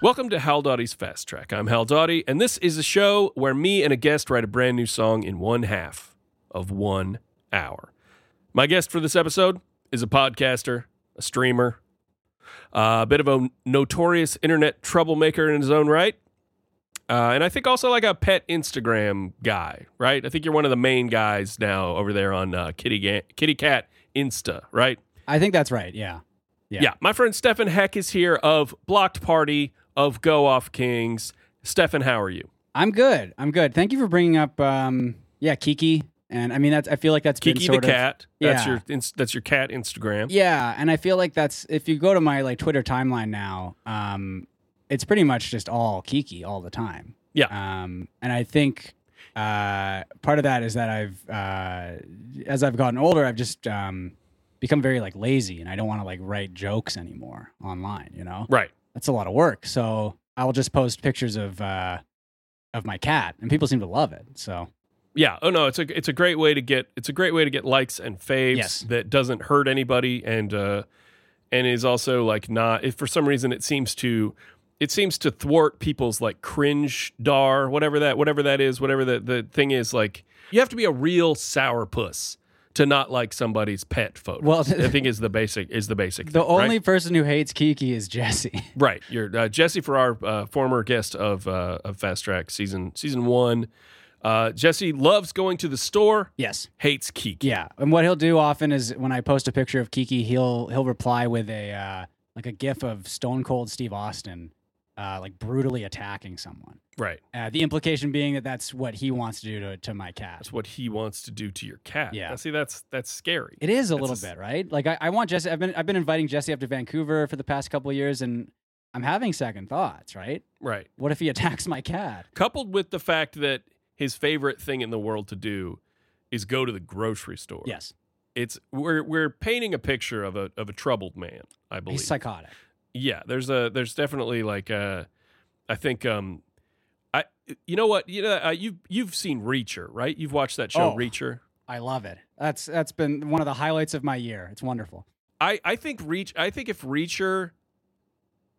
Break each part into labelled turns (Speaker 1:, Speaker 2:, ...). Speaker 1: Welcome to Hal Dottie's Fast Track. I'm Hal Dottie, and this is a show where me and a guest write a brand new song in one half of one hour. My guest for this episode is a podcaster, a streamer, uh, a bit of a notorious internet troublemaker in his own right, uh, and I think also like a pet Instagram guy, right? I think you're one of the main guys now over there on uh, Kitty Ga- Kitty Cat Insta, right?
Speaker 2: I think that's right. Yeah. Yeah.
Speaker 1: Yeah. My friend Stefan Heck is here of Blocked Party of Go Off Kings. Stefan, how are you?
Speaker 2: I'm good. I'm good. Thank you for bringing up, um, yeah, Kiki. And I mean, that's, I feel like that's been
Speaker 1: Kiki the
Speaker 2: sort of,
Speaker 1: cat. That's
Speaker 2: yeah.
Speaker 1: your ins- that's your cat Instagram.
Speaker 2: yeah. And I feel like that's, if you go to my like Twitter timeline now, um, it's pretty much just all Kiki all the time.
Speaker 1: Yeah.
Speaker 2: Um, and I think, uh, part of that is that I've, uh, as I've gotten older, I've just, um, become very like lazy and I don't want to like write jokes anymore online, you know?
Speaker 1: Right.
Speaker 2: that's a lot of work. So I'll just post pictures of uh, of my cat, and people seem to love it. So
Speaker 1: Yeah. Oh no, it's a it's a great way to get it's a great way to get likes and faves
Speaker 2: Yes.
Speaker 1: that doesn't hurt anybody and uh and is also like not if for some reason it seems to it seems to thwart people's like cringe dar whatever that whatever that is whatever the the thing is like you have to be a real sourpuss to not like somebody's pet photo.
Speaker 2: Well,
Speaker 1: I think is the basic is the basic.
Speaker 2: the
Speaker 1: thing, right?
Speaker 2: only person who hates Kiki is Jesse.
Speaker 1: Right, you're uh, Jesse for our uh, former guest of uh, of Fast Track season season one. Uh, Jesse loves going to the store,
Speaker 2: yes.
Speaker 1: hates Kiki.
Speaker 2: Yeah, and what he'll do often is when I post a picture of Kiki, he'll he'll reply with a uh, like a gif of Stone Cold Steve Austin, uh, like brutally attacking someone.
Speaker 1: Right,
Speaker 2: Uh, the implication being that that's what he wants to do to, to my cat.
Speaker 1: that's what he wants to do to your cat.
Speaker 2: Yeah.
Speaker 1: Now, see that's that's scary.
Speaker 2: It is a
Speaker 1: That's
Speaker 2: little
Speaker 1: a s-
Speaker 2: bit, right? Like I, I want Jesse. I've been I've been inviting Jesse up to Vancouver for the past couple of years, and I'm having second thoughts, right?
Speaker 1: Right,
Speaker 2: What if he attacks my cat?
Speaker 1: coupled with the fact that his favorite thing in the world to do is go to the grocery store.
Speaker 2: Yes,
Speaker 1: it's we're we're painting a picture of a of a troubled man. I believe
Speaker 2: he's psychotic.
Speaker 1: yeah there's a there's definitely like uh i think um i you know what you know uh, you've you've seen reacher right you've watched that show
Speaker 2: Oh.
Speaker 1: reacher
Speaker 2: I love it. That's that's been one of the highlights of my year. It's wonderful.
Speaker 1: i i think reach i think if reacher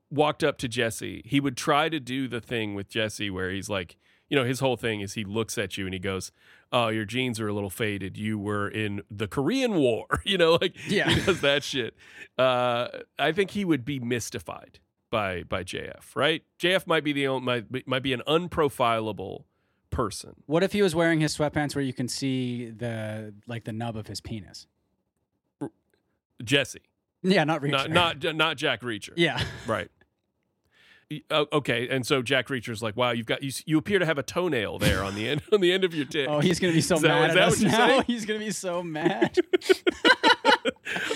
Speaker 1: walked up to jesse he would try to do the thing with jesse where he's like you know his whole thing is he looks at you and he goes oh your jeans are a little faded you were in the korean war you know like
Speaker 2: Yeah.
Speaker 1: he does that shit uh i think he would be mystified by by JF, right? JF might be the only, might be- might be an unprofilable person.
Speaker 2: What if he was wearing his sweatpants where you can see the like the nub of his penis?
Speaker 1: Jesse,
Speaker 2: Yeah, not reach.
Speaker 1: not not not Jack Reacher.
Speaker 2: yeah.
Speaker 1: right. Y- oh, Okay, and so Jack Reacher's like, "Wow, you've got you, s- you appear to have a toenail there on the end on the end of your dick."
Speaker 2: Oh, he's gonna be so
Speaker 1: Is that- is
Speaker 2: mad at
Speaker 1: that
Speaker 2: us
Speaker 1: what you're
Speaker 2: now.
Speaker 1: saying?
Speaker 2: He's gonna be so mad.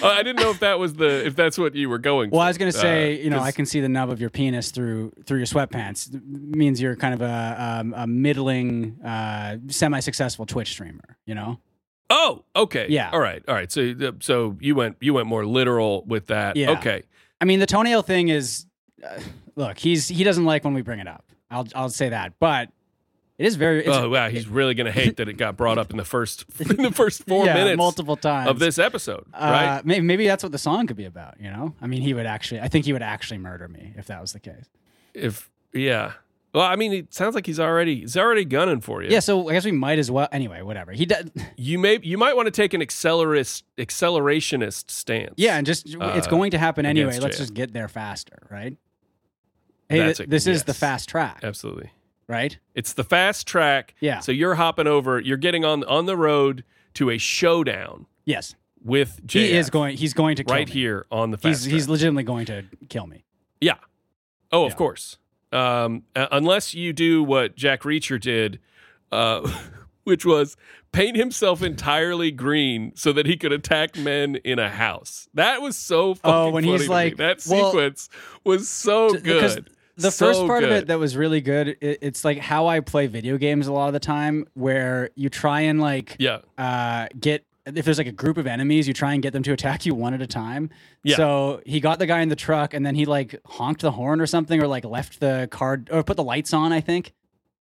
Speaker 1: Uh, I didn't know if that was the if that's what you were going.
Speaker 2: well,
Speaker 1: for.
Speaker 2: I was gonna say,
Speaker 1: Uh,
Speaker 2: you know,
Speaker 1: 'cause-
Speaker 2: I can see the nub of your penis through through your sweatpants. It means you're kind of a um, a middling, uh, semi-successful Twitch streamer. You know.
Speaker 1: Oh, okay.
Speaker 2: Yeah.
Speaker 1: All right. All right. So uh, so you went you went more literal with that.
Speaker 2: Yeah.
Speaker 1: Okay.
Speaker 2: I mean, the toenail thing is, uh, look, he's he doesn't like when we bring it up. I'll I'll say that, but it is very. It's,
Speaker 1: oh wow, he's really gonna hate that it got brought up in the first in the first four
Speaker 2: yeah,
Speaker 1: minutes
Speaker 2: multiple times
Speaker 1: of this episode,
Speaker 2: Uh, maybe, maybe that's what the song could be about. You know, I mean, he would actually. I think he would actually murder me if that was the case.
Speaker 1: right? If yeah, well, I mean, it sounds like he's already he's already gunning for you.
Speaker 2: Yeah. so I guess we might as well. Anyway, whatever. He does.
Speaker 1: you may you might want to take an accelerist accelerationist stance.
Speaker 2: Yeah, and just it's
Speaker 1: Uh,
Speaker 2: going to happen anyway.
Speaker 1: against
Speaker 2: Let's
Speaker 1: Jay.
Speaker 2: just get there faster, right? Hey,
Speaker 1: That's
Speaker 2: th-
Speaker 1: a-
Speaker 2: this is the
Speaker 1: yes.
Speaker 2: fast track,
Speaker 1: absolutely.
Speaker 2: right?
Speaker 1: It's the fast track.
Speaker 2: Yeah.
Speaker 1: So you're hopping over. You're getting on on the road to a showdown
Speaker 2: Yes,
Speaker 1: with JF
Speaker 2: he is going. He's going to kill
Speaker 1: right
Speaker 2: me.
Speaker 1: here on the fast.
Speaker 2: He's
Speaker 1: track.
Speaker 2: he's legitimately going to kill me.
Speaker 1: Yeah. Oh, of
Speaker 2: Yeah.
Speaker 1: course. Um, uh, unless you do what Jack Reacher did, uh, which was paint himself entirely green so that he could attack men in a house. That was so fucking
Speaker 2: Oh, when
Speaker 1: funny
Speaker 2: he's
Speaker 1: to me.
Speaker 2: like,
Speaker 1: that
Speaker 2: well,
Speaker 1: sequence was so
Speaker 2: Th- because
Speaker 1: good.
Speaker 2: The
Speaker 1: So
Speaker 2: first part of
Speaker 1: good.
Speaker 2: it that was really good, it, it's like how I play video games a lot of the time, where you try and like
Speaker 1: yeah,
Speaker 2: uh, get if there's like a group of enemies, you try and get them to attack you one at a time.
Speaker 1: Yeah.
Speaker 2: So he got the guy in the truck, and then he like honked the horn or something, or like left the card or put the lights on, I think,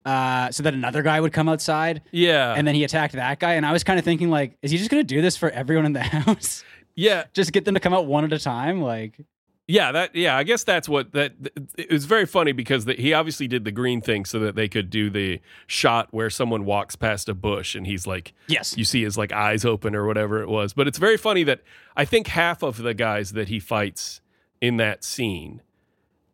Speaker 2: uh, so that another guy would come outside.
Speaker 1: yeah,
Speaker 2: And then he attacked that guy, and I was kind of thinking, like, is he just gonna do this for everyone in the house?
Speaker 1: yeah,
Speaker 2: just get them to come out one at a time, like.
Speaker 1: Yeah, that yeah, I guess that's what that it was very funny because the, he obviously did the green thing so that they could do the shot where someone walks past a bush and he's like
Speaker 2: Yes.
Speaker 1: you see his like eyes open or whatever it was. But it's very funny that I think half of the guys that he fights in that scene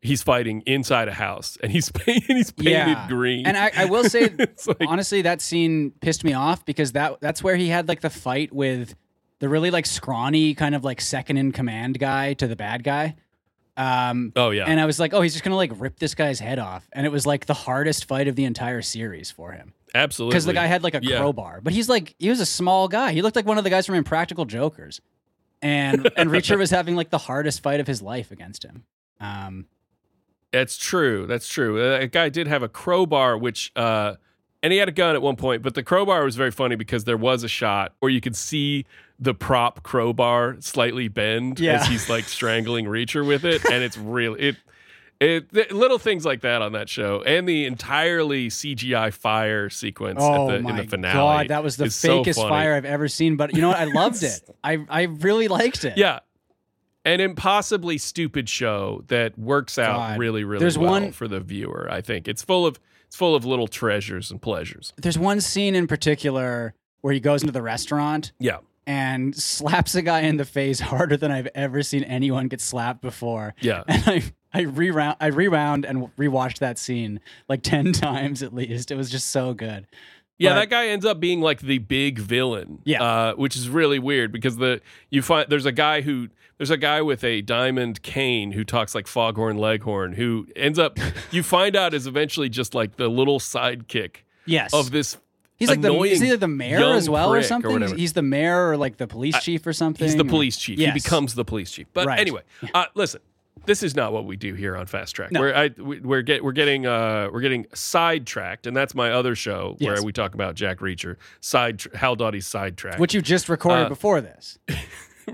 Speaker 1: he's fighting inside a house and he's painted he's painted green.
Speaker 2: And I, I will say,
Speaker 1: It's like-
Speaker 2: honestly, that scene pissed me off because that that's where he had like the fight with the really like scrawny kind of like second in command guy to the bad guy. Um,
Speaker 1: oh yeah.
Speaker 2: and I was like, oh, he's just gonna like rip this guy's head off, and it was like the hardest fight of the entire series for him
Speaker 1: absolutely.
Speaker 2: because the guy had like a
Speaker 1: Yeah.
Speaker 2: crowbar, but he's like he was a small guy. He looked like one of the guys from Impractical Jokers, and and Reacher was having like the hardest fight of his life against him. Um,
Speaker 1: That's true. That's true. Uh, That guy did have a crowbar, which, uh, and he had a gun at one point, but the crowbar was very funny because there was a shot where you could see the prop crowbar slightly bend
Speaker 2: Yeah.
Speaker 1: as he's like strangling Reacher with it. And it's really, it, it, th- little things like that on that show, and the entirely CGI fire sequence
Speaker 2: oh
Speaker 1: at the,
Speaker 2: my
Speaker 1: in the finale.
Speaker 2: god, that was the
Speaker 1: is so
Speaker 2: fakest
Speaker 1: funny.
Speaker 2: fire I've ever seen. But you know what? I loved it. I I really liked it.
Speaker 1: Yeah. An impossibly stupid show that works out
Speaker 2: God.
Speaker 1: really, really
Speaker 2: There's
Speaker 1: well
Speaker 2: one-
Speaker 1: for the viewer. I think it's full of it's full of little treasures and pleasures.
Speaker 2: There's one scene in particular where he goes into the restaurant
Speaker 1: Yeah,
Speaker 2: and slaps a guy in the face harder than I've ever seen anyone get slapped before.
Speaker 1: yeah.
Speaker 2: And I I rewound I rewound and rewatched that scene like ten times at least. It was just so good.
Speaker 1: Yeah,
Speaker 2: But-
Speaker 1: that guy ends up being like the big villain.
Speaker 2: Yeah.
Speaker 1: uh, which is really weird because the you find there's a guy who there's a guy with a diamond cane who talks like Foghorn Leghorn who ends up you find out is eventually just like the little sidekick
Speaker 2: Yes.
Speaker 1: of this.
Speaker 2: he's like the is
Speaker 1: annoying
Speaker 2: he like the mayor
Speaker 1: young
Speaker 2: as well
Speaker 1: prick
Speaker 2: or
Speaker 1: or
Speaker 2: something?
Speaker 1: whatever.
Speaker 2: he's the mayor or like the police chief or something.
Speaker 1: He's the
Speaker 2: or-
Speaker 1: police chief.
Speaker 2: Yes.
Speaker 1: He becomes the police chief. But
Speaker 2: Right.
Speaker 1: anyway, uh, listen, this is not what we do here on Fast Track.
Speaker 2: No.
Speaker 1: We're I, we- we're get we're getting uh, we're getting sidetracked, and that's my other show
Speaker 2: Yes.
Speaker 1: where we talk about Jack Reacher, side Hal Dottie's sidetrack.
Speaker 2: which you just recorded
Speaker 1: Uh,
Speaker 2: before this.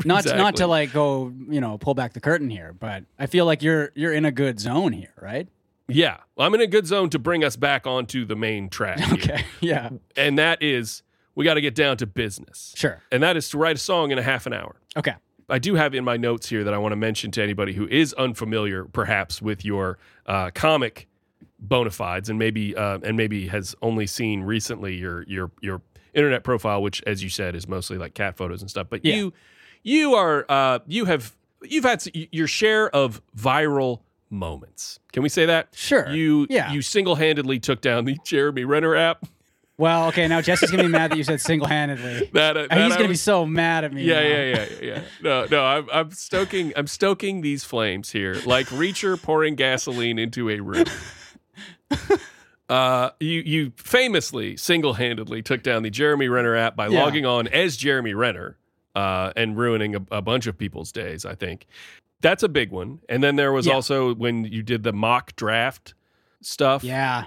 Speaker 2: Not not
Speaker 1: Exactly.
Speaker 2: to like go, you know, pull back the curtain here, but I feel like you're you're in a good zone here, right?
Speaker 1: yeah, Well, I'm in a good zone to bring us back onto the main track, here.
Speaker 2: Okay. Yeah.
Speaker 1: and that is we got to get down to business,
Speaker 2: Sure.
Speaker 1: and that is to write a song in a half an hour.
Speaker 2: Okay.
Speaker 1: I do have in my notes here that I want to mention to anybody who is unfamiliar, perhaps, with your uh, comic bona fides, and maybe uh, and maybe has only seen recently your your your internet profile, which, as you said, is mostly like cat photos and stuff. But
Speaker 2: Yeah.
Speaker 1: you you are uh, you have you've had s- y- your share of viral moments. Can we say that?
Speaker 2: Sure.
Speaker 1: You
Speaker 2: Yeah.
Speaker 1: you single handedly took down the Jeremy Renner app.
Speaker 2: Well, okay, now Jesse's gonna be mad that you said single handedly.
Speaker 1: That, uh, that
Speaker 2: He's
Speaker 1: I
Speaker 2: gonna
Speaker 1: was-
Speaker 2: be so mad at me.
Speaker 1: Yeah,
Speaker 2: now.
Speaker 1: yeah, yeah, yeah, yeah. No, no, I'm, I'm stoking, I'm stoking these flames here, like Reacher pouring gasoline into a room. Uh, you you famously single-handedly took down the Jeremy Renner app by
Speaker 2: Yeah.
Speaker 1: logging on as Jeremy Renner, uh, and ruining a, a bunch of people's days. I think that's a big one. And then there was
Speaker 2: Yeah.
Speaker 1: also when you did the mock draft stuff.
Speaker 2: Yeah.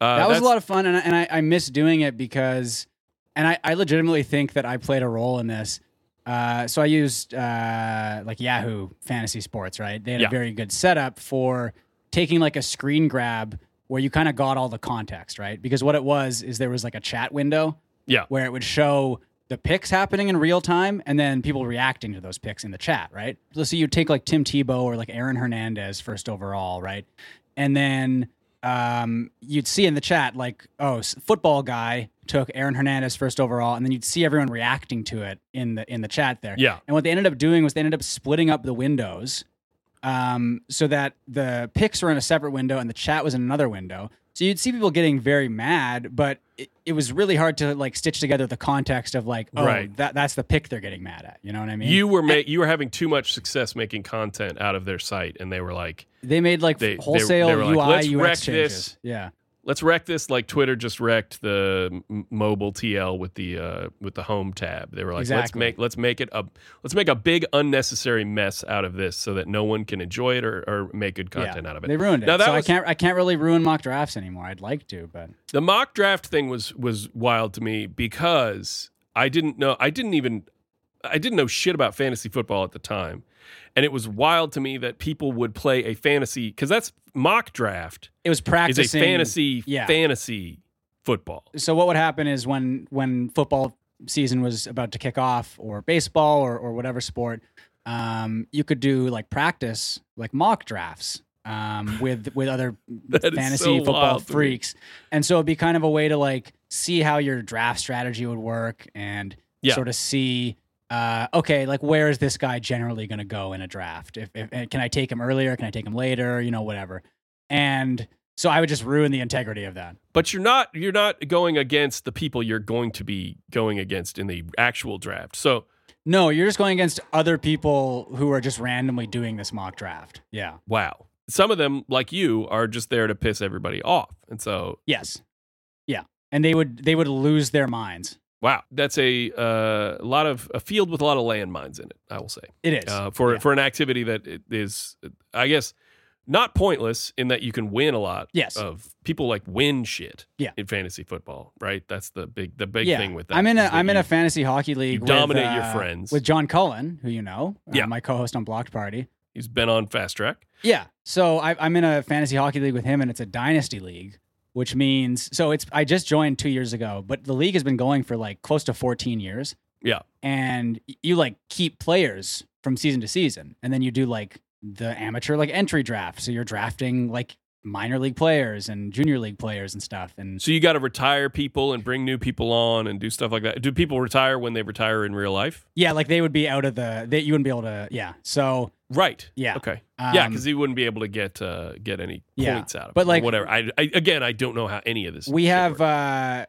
Speaker 1: uh,
Speaker 2: that was
Speaker 1: that's-
Speaker 2: a lot of fun, and I, and I, I miss doing it because, and I, I legitimately think that I played a role in this. Uh, so I used uh, like Yahoo Fantasy Sports, right? They had
Speaker 1: Yeah.
Speaker 2: a very good setup for taking like a screen grab where you kind of got all the context, right? Because what it was is there was like a chat window
Speaker 1: Yeah.
Speaker 2: where it would show the picks happening in real time and then people reacting to those picks in the chat, right? So, so you take like Tim Tebow or like Aaron Hernandez first overall, right? And then um, you'd see in the chat like, oh, s- football guy took Aaron Hernandez first overall, and then you'd see everyone reacting to it in the in the chat there.
Speaker 1: Yeah.
Speaker 2: And what they ended up doing was they ended up splitting up the windows um, so that the picks were in a separate window and the chat was in another window. So you'd see people getting very mad, but it, it was really hard to like stitch together the context of like, oh,
Speaker 1: Right.
Speaker 2: that, that's the pick they're getting mad at. You know what I mean?
Speaker 1: You were ma- you were having too much success making content out of their site, and they were like,
Speaker 2: they made like
Speaker 1: They- they-
Speaker 2: wholesale
Speaker 1: they were like,
Speaker 2: UI
Speaker 1: "Let's wreck
Speaker 2: UX changes.
Speaker 1: this."
Speaker 2: Yeah.
Speaker 1: let's wreck this like Twitter just wrecked the m- mobile TL with the uh, with the home tab. They were like, let's
Speaker 2: Exactly.
Speaker 1: make let's make it a let's make a big unnecessary mess out of this so that no one can enjoy it or, or make good content
Speaker 2: yeah.
Speaker 1: out of it.
Speaker 2: They ruined it.
Speaker 1: Now, that
Speaker 2: so
Speaker 1: was-
Speaker 2: I can't I can't really ruin mock drafts anymore. I'd like to, but
Speaker 1: The mock draft thing was was wild to me because I didn't know I didn't even I didn't know shit about fantasy football at the time. And it was wild to me that people would play a fantasy because that's mock draft
Speaker 2: it was
Speaker 1: is
Speaker 2: practicing
Speaker 1: a fantasy
Speaker 2: yeah.
Speaker 1: fantasy football.
Speaker 2: so what would happen is when when football season was about to kick off or baseball or, or whatever sport um, you could do like practice, like mock drafts um, with with other
Speaker 1: That is
Speaker 2: fantasy
Speaker 1: so
Speaker 2: football
Speaker 1: wild to me.
Speaker 2: freaks, and so it'd be kind of a way to like see how your draft strategy would work and
Speaker 1: Yeah.
Speaker 2: sort of see. Uh, okay, like where is this guy generally going to go in a draft? If, if and can I take him earlier? Can I take him later? You know, whatever. And so I would just ruin the integrity of that.
Speaker 1: But you're not you're not going against the people you're going to be going against in the actual draft. So
Speaker 2: No, you're just going against other people who are just randomly doing this mock draft. Yeah.
Speaker 1: wow, some of them like you are just there to piss everybody off, and so
Speaker 2: Yes. Yeah. And they would they would lose their minds.
Speaker 1: wow, that's a uh, lot of a field with a lot of landmines in it. I will say.
Speaker 2: It is.
Speaker 1: uh, for
Speaker 2: yeah.
Speaker 1: for an activity that i- is, I guess, not pointless in that you can win a lot.
Speaker 2: Yes.
Speaker 1: Of people like win shit.
Speaker 2: Yeah.
Speaker 1: In fantasy football, right? That's the big the big
Speaker 2: yeah.
Speaker 1: thing with that.
Speaker 2: I'm in
Speaker 1: is
Speaker 2: a
Speaker 1: that
Speaker 2: I'm in
Speaker 1: you-
Speaker 2: a fantasy hockey league. with,
Speaker 1: dominate your
Speaker 2: uh,
Speaker 1: friends.
Speaker 2: with John Cullen, who you know, uh,
Speaker 1: Yeah.
Speaker 2: my co-host on Blocked Party.
Speaker 1: He's been on fast track.
Speaker 2: Yeah. So I, I'm in a fantasy hockey league with him, and it's a dynasty league, which means so it's I just joined two years ago, but the league has been going for like close to 14 years.
Speaker 1: Yeah.
Speaker 2: And y- you like keep players from season to season, and then you do like the amateur like entry draft. So you're drafting like minor league players and junior league players and stuff, and
Speaker 1: So you got to retire people and bring new people on and do stuff like that. Do people retire when they retire in real life?
Speaker 2: yeah, like they would be out of the that you wouldn't be able to yeah. So
Speaker 1: Right.
Speaker 2: yeah,
Speaker 1: Okay.
Speaker 2: um,
Speaker 1: yeah, because he wouldn't be able to get uh, get any
Speaker 2: Yeah.
Speaker 1: points out of it.
Speaker 2: But,
Speaker 1: or
Speaker 2: like-
Speaker 1: whatever. I, I again, I don't know how any of this.
Speaker 2: we
Speaker 1: shit
Speaker 2: have
Speaker 1: works.
Speaker 2: uh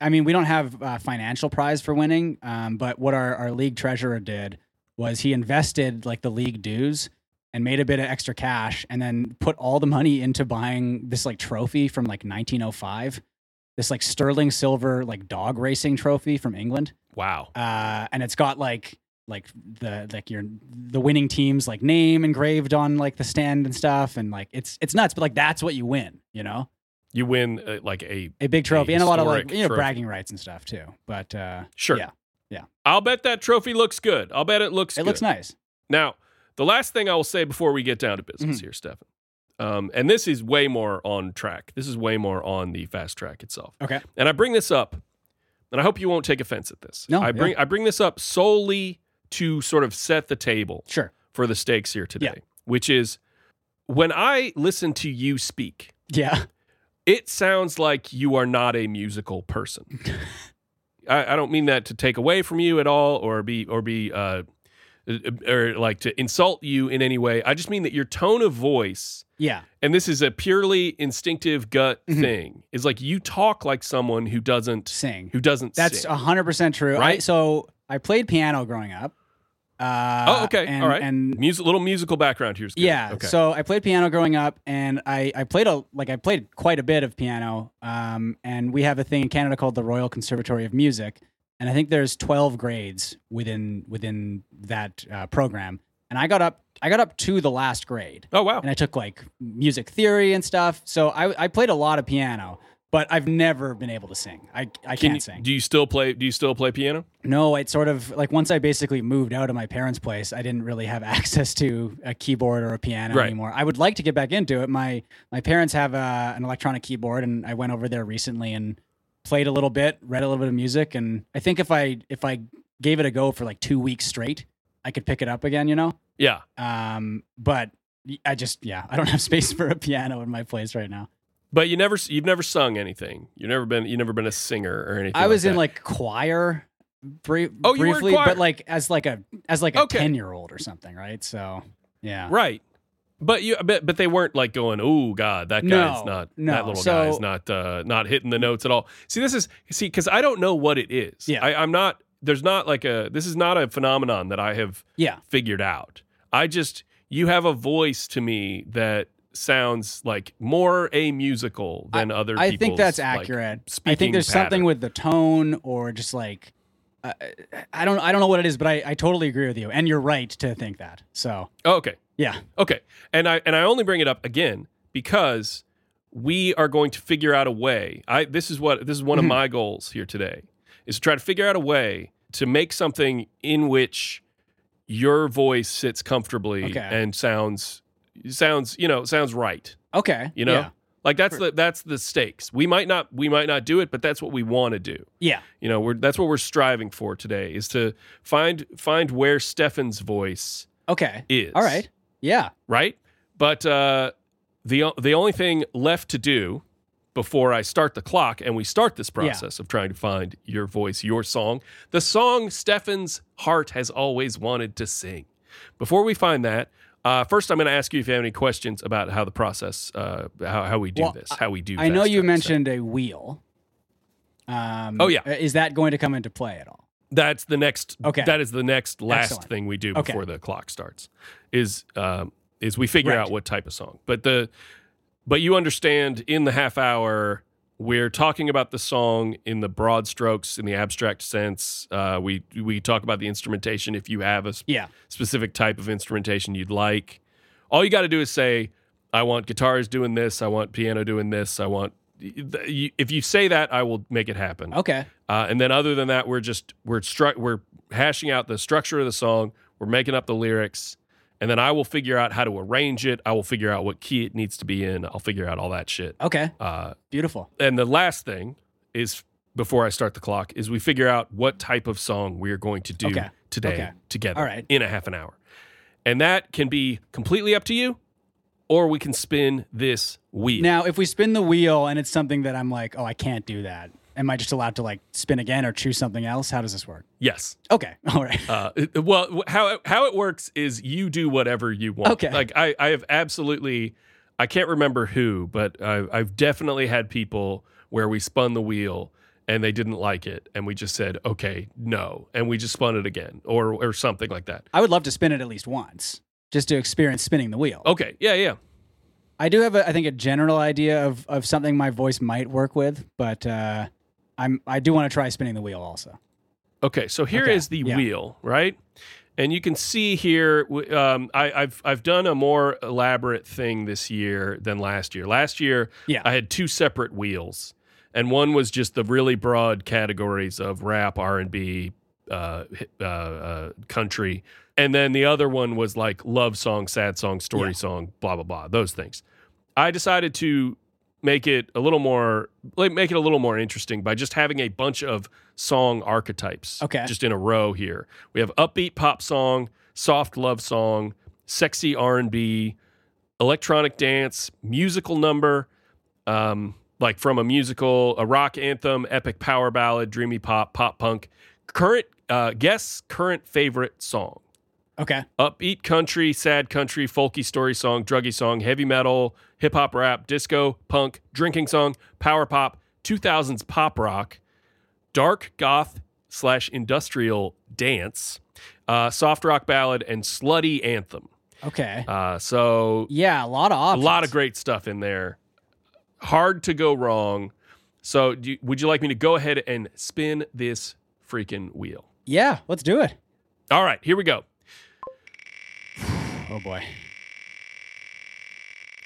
Speaker 2: i mean we don't have uh financial prize for winning um but what our, our league treasurer did was he invested like the league dues and made a bit of extra cash and then put all the money into buying this like trophy from like 1905 this like sterling silver like dog racing trophy from england
Speaker 1: wow.
Speaker 2: uh and it's got like like the like your the winning team's like name engraved on like the stand and stuff and like it's it's nuts but like that's what you win you know
Speaker 1: You win uh, like a
Speaker 2: a big trophy and a lot of like
Speaker 1: historic
Speaker 2: you know
Speaker 1: trophy.
Speaker 2: bragging rights and stuff too. But uh,
Speaker 1: Sure.
Speaker 2: Yeah. Yeah.
Speaker 1: I'll bet that trophy looks good. I'll bet it looks
Speaker 2: it
Speaker 1: good.
Speaker 2: looks nice.
Speaker 1: Now, the last thing I will say before we get down to business
Speaker 2: Mm-hmm.
Speaker 1: here, Stefan, um, and this is way more on track. This is way more on the fast track itself.
Speaker 2: Okay.
Speaker 1: And I bring this up, and I hope you won't take offense at this.
Speaker 2: No,
Speaker 1: I bring I bring this up solely to sort of set the table
Speaker 2: Sure.
Speaker 1: for the stakes here today,
Speaker 2: Yeah.
Speaker 1: which is when I listen to you speak,
Speaker 2: Yeah.
Speaker 1: it sounds like you are not a musical person. I, I don't mean that to take away from you at all, or be or be uh, or like to insult you in any way. I just mean that your tone of voice,
Speaker 2: Yeah.
Speaker 1: and this is a purely instinctive gut
Speaker 2: Mhm.
Speaker 1: thing, is like you talk like someone who doesn't
Speaker 2: Sing.
Speaker 1: who doesn't.
Speaker 2: That's
Speaker 1: sing.
Speaker 2: hundred percent true. I-
Speaker 1: Right?
Speaker 2: so I played piano growing up. Uh,
Speaker 1: Oh, okay.
Speaker 2: And,
Speaker 1: All right.
Speaker 2: And
Speaker 1: Music, little musical background here is good.
Speaker 2: yeah,
Speaker 1: Okay.
Speaker 2: so I played piano growing up, and I I played a like I played quite a bit of piano. Um, and we have a thing in Canada called the Royal Conservatory of Music, and I think there's twelve grades within within that uh, program. And I got up I got up to the last grade.
Speaker 1: oh wow.
Speaker 2: and I took like music theory and stuff. So I, I played a lot of piano, but I've never been able to sing. I, I
Speaker 1: Can
Speaker 2: can't
Speaker 1: you-
Speaker 2: sing.
Speaker 1: Do you still play? Do you still play piano?
Speaker 2: no, it sort of like once I basically moved out of my parents' place, I didn't really have access to a keyboard or a piano
Speaker 1: Right.
Speaker 2: anymore. I would like to get back into it. My my parents have uh an electronic keyboard, and I went over there recently and played a little bit, read a little bit of music, and I think if I if I gave it a go for like two weeks straight, I could pick it up again. You know.
Speaker 1: Yeah.
Speaker 2: Um, but y- I just yeah, I don't have space for a piano in my place right now.
Speaker 1: But you never you've never sung anything. You've never been you've never been a singer or anything.
Speaker 2: I was
Speaker 1: that.
Speaker 2: in like choir brief,
Speaker 1: Oh, you were in
Speaker 2: briefly,
Speaker 1: choir.
Speaker 2: but like as like a as like a
Speaker 1: Okay.
Speaker 2: 10-year-old or something, right? So, yeah.
Speaker 1: Right. But you but, but they weren't like going, "Oh god, that
Speaker 2: No,
Speaker 1: guy's not
Speaker 2: no.
Speaker 1: that little
Speaker 2: So-
Speaker 1: guy is not uh not hitting the notes at all." See, this is see cuz I don't know what it is.
Speaker 2: Yeah.
Speaker 1: I I'm not there's not like a this is not a phenomenon that I have
Speaker 2: Yeah.
Speaker 1: figured out. I just you have a voice to me that sounds like more a musical than other
Speaker 2: I think
Speaker 1: people's,
Speaker 2: that's
Speaker 1: like,
Speaker 2: accurate. I
Speaker 1: speaking
Speaker 2: think there's
Speaker 1: pattern.
Speaker 2: something with the tone or just like uh, I don't I don't know what it is, but I, I totally agree with you and you're right to think that. So,
Speaker 1: Oh, okay.
Speaker 2: yeah.
Speaker 1: Okay. And I and I only bring it up again because we are going to figure out a way. I this is what this is one
Speaker 2: Mhm.
Speaker 1: of my goals here today is to try to figure out a way to make something in which your voice sits comfortably
Speaker 2: Okay.
Speaker 1: and sounds sounds, you know, sounds right,
Speaker 2: Okay.
Speaker 1: you know?
Speaker 2: Yeah.
Speaker 1: Like that's the that's the stakes. We might not we might not do it, but that's what we want to do.
Speaker 2: Yeah.
Speaker 1: You know, we're that's what we're striving for today is to find find where Stefan's voice
Speaker 2: Okay.
Speaker 1: is.
Speaker 2: All right. Yeah.
Speaker 1: right? But uh, the o- the only thing left to do before I start the clock and we start this process of trying to find your voice, your song, the song Stefan's heart has always wanted to sing. Before we find that, uh, first I'm going to ask you if you have any questions about how the process, uh, how, how we do
Speaker 2: Well,
Speaker 1: this, how we do.
Speaker 2: I know
Speaker 1: fast track
Speaker 2: you
Speaker 1: stuff.
Speaker 2: mentioned a wheel. Um,
Speaker 1: Oh, yeah.
Speaker 2: Is that going to come into play at all?
Speaker 1: that's the next.
Speaker 2: Okay.
Speaker 1: that is the next last
Speaker 2: Excellent.
Speaker 1: thing we do
Speaker 2: Okay.
Speaker 1: before the clock starts. Is um, is we figure
Speaker 2: Right.
Speaker 1: out what type of song, but the but you understand in the half hour we're talking about the song in the broad strokes in the abstract sense uh, we we talk about the instrumentation if you have a s-
Speaker 2: Yeah.
Speaker 1: specific type of instrumentation you'd like all you got to do is say i want guitars doing this i want piano doing this i want if you say that i will make it happen
Speaker 2: Okay.
Speaker 1: uh, and then other than that, we're just we're stru- we're hashing out the structure of the song. We're making up the lyrics, and then I will figure out how to arrange it. I will figure out what key it needs to be in. I'll figure out all that shit.
Speaker 2: Okay.
Speaker 1: Uh,
Speaker 2: Beautiful.
Speaker 1: and the last thing is before I start the clock is we figure out what type of song we're going to do
Speaker 2: Okay.
Speaker 1: today
Speaker 2: Okay.
Speaker 1: together
Speaker 2: All right.
Speaker 1: in a half an hour, and that can be completely up to you, or we can spin this wheel.
Speaker 2: Now, if we spin the wheel and it's something that I'm like, oh, I can't do that, am I just allowed to like spin again or choose something else? How does this work?
Speaker 1: yes.
Speaker 2: Okay. All right.
Speaker 1: Uh, it- well, w- how it- how it works is you do whatever you want.
Speaker 2: Okay.
Speaker 1: Like I, I have absolutely, I can't remember who, but I've, I've definitely had people where we spun the wheel and they didn't like it, and we just said, okay, no, and we just spun it again, or or something like that.
Speaker 2: I would love to spin it at least once just to experience spinning the wheel.
Speaker 1: Okay, yeah, yeah.
Speaker 2: I do have, a, I think, a general idea of, of something my voice might work with, but uh, I'm I do want to try spinning the wheel also.
Speaker 1: Okay, so here is
Speaker 2: Okay,
Speaker 1: the
Speaker 2: yeah.
Speaker 1: wheel, right? And you can see here, w- um, I, I've I've done a more elaborate thing this year than last year. Last year,
Speaker 2: Yeah.
Speaker 1: I had two separate wheels, and one was just the really broad categories of rap, R and B, uh, hi- uh, uh, country, and then the other one was like love song, sad song, story
Speaker 2: Yeah.
Speaker 1: song, blah blah blah, those things. I decided to make it a little more like make it a little more interesting by just having a bunch of song archetypes
Speaker 2: Okay.
Speaker 1: just in a row here we have upbeat pop song soft love song sexy r&b electronic dance musical number um, like from a musical a rock anthem epic power ballad dreamy pop pop punk current uh, guess current favorite song
Speaker 2: Okay.
Speaker 1: upbeat country, sad country, folky story song, druggy song, heavy metal, hip hop rap, disco, punk, drinking song, power pop, 2000s pop rock, dark goth slash industrial dance, uh, soft rock ballad, and slutty anthem.
Speaker 2: Okay.
Speaker 1: Uh, so
Speaker 2: Yeah, a lot of
Speaker 1: a
Speaker 2: options.
Speaker 1: lot of great stuff in there. Hard to go wrong. So do you- would you like me to go ahead and spin this freaking wheel?
Speaker 2: Yeah, let's do it.
Speaker 1: All right, here we go.
Speaker 2: Oh boy.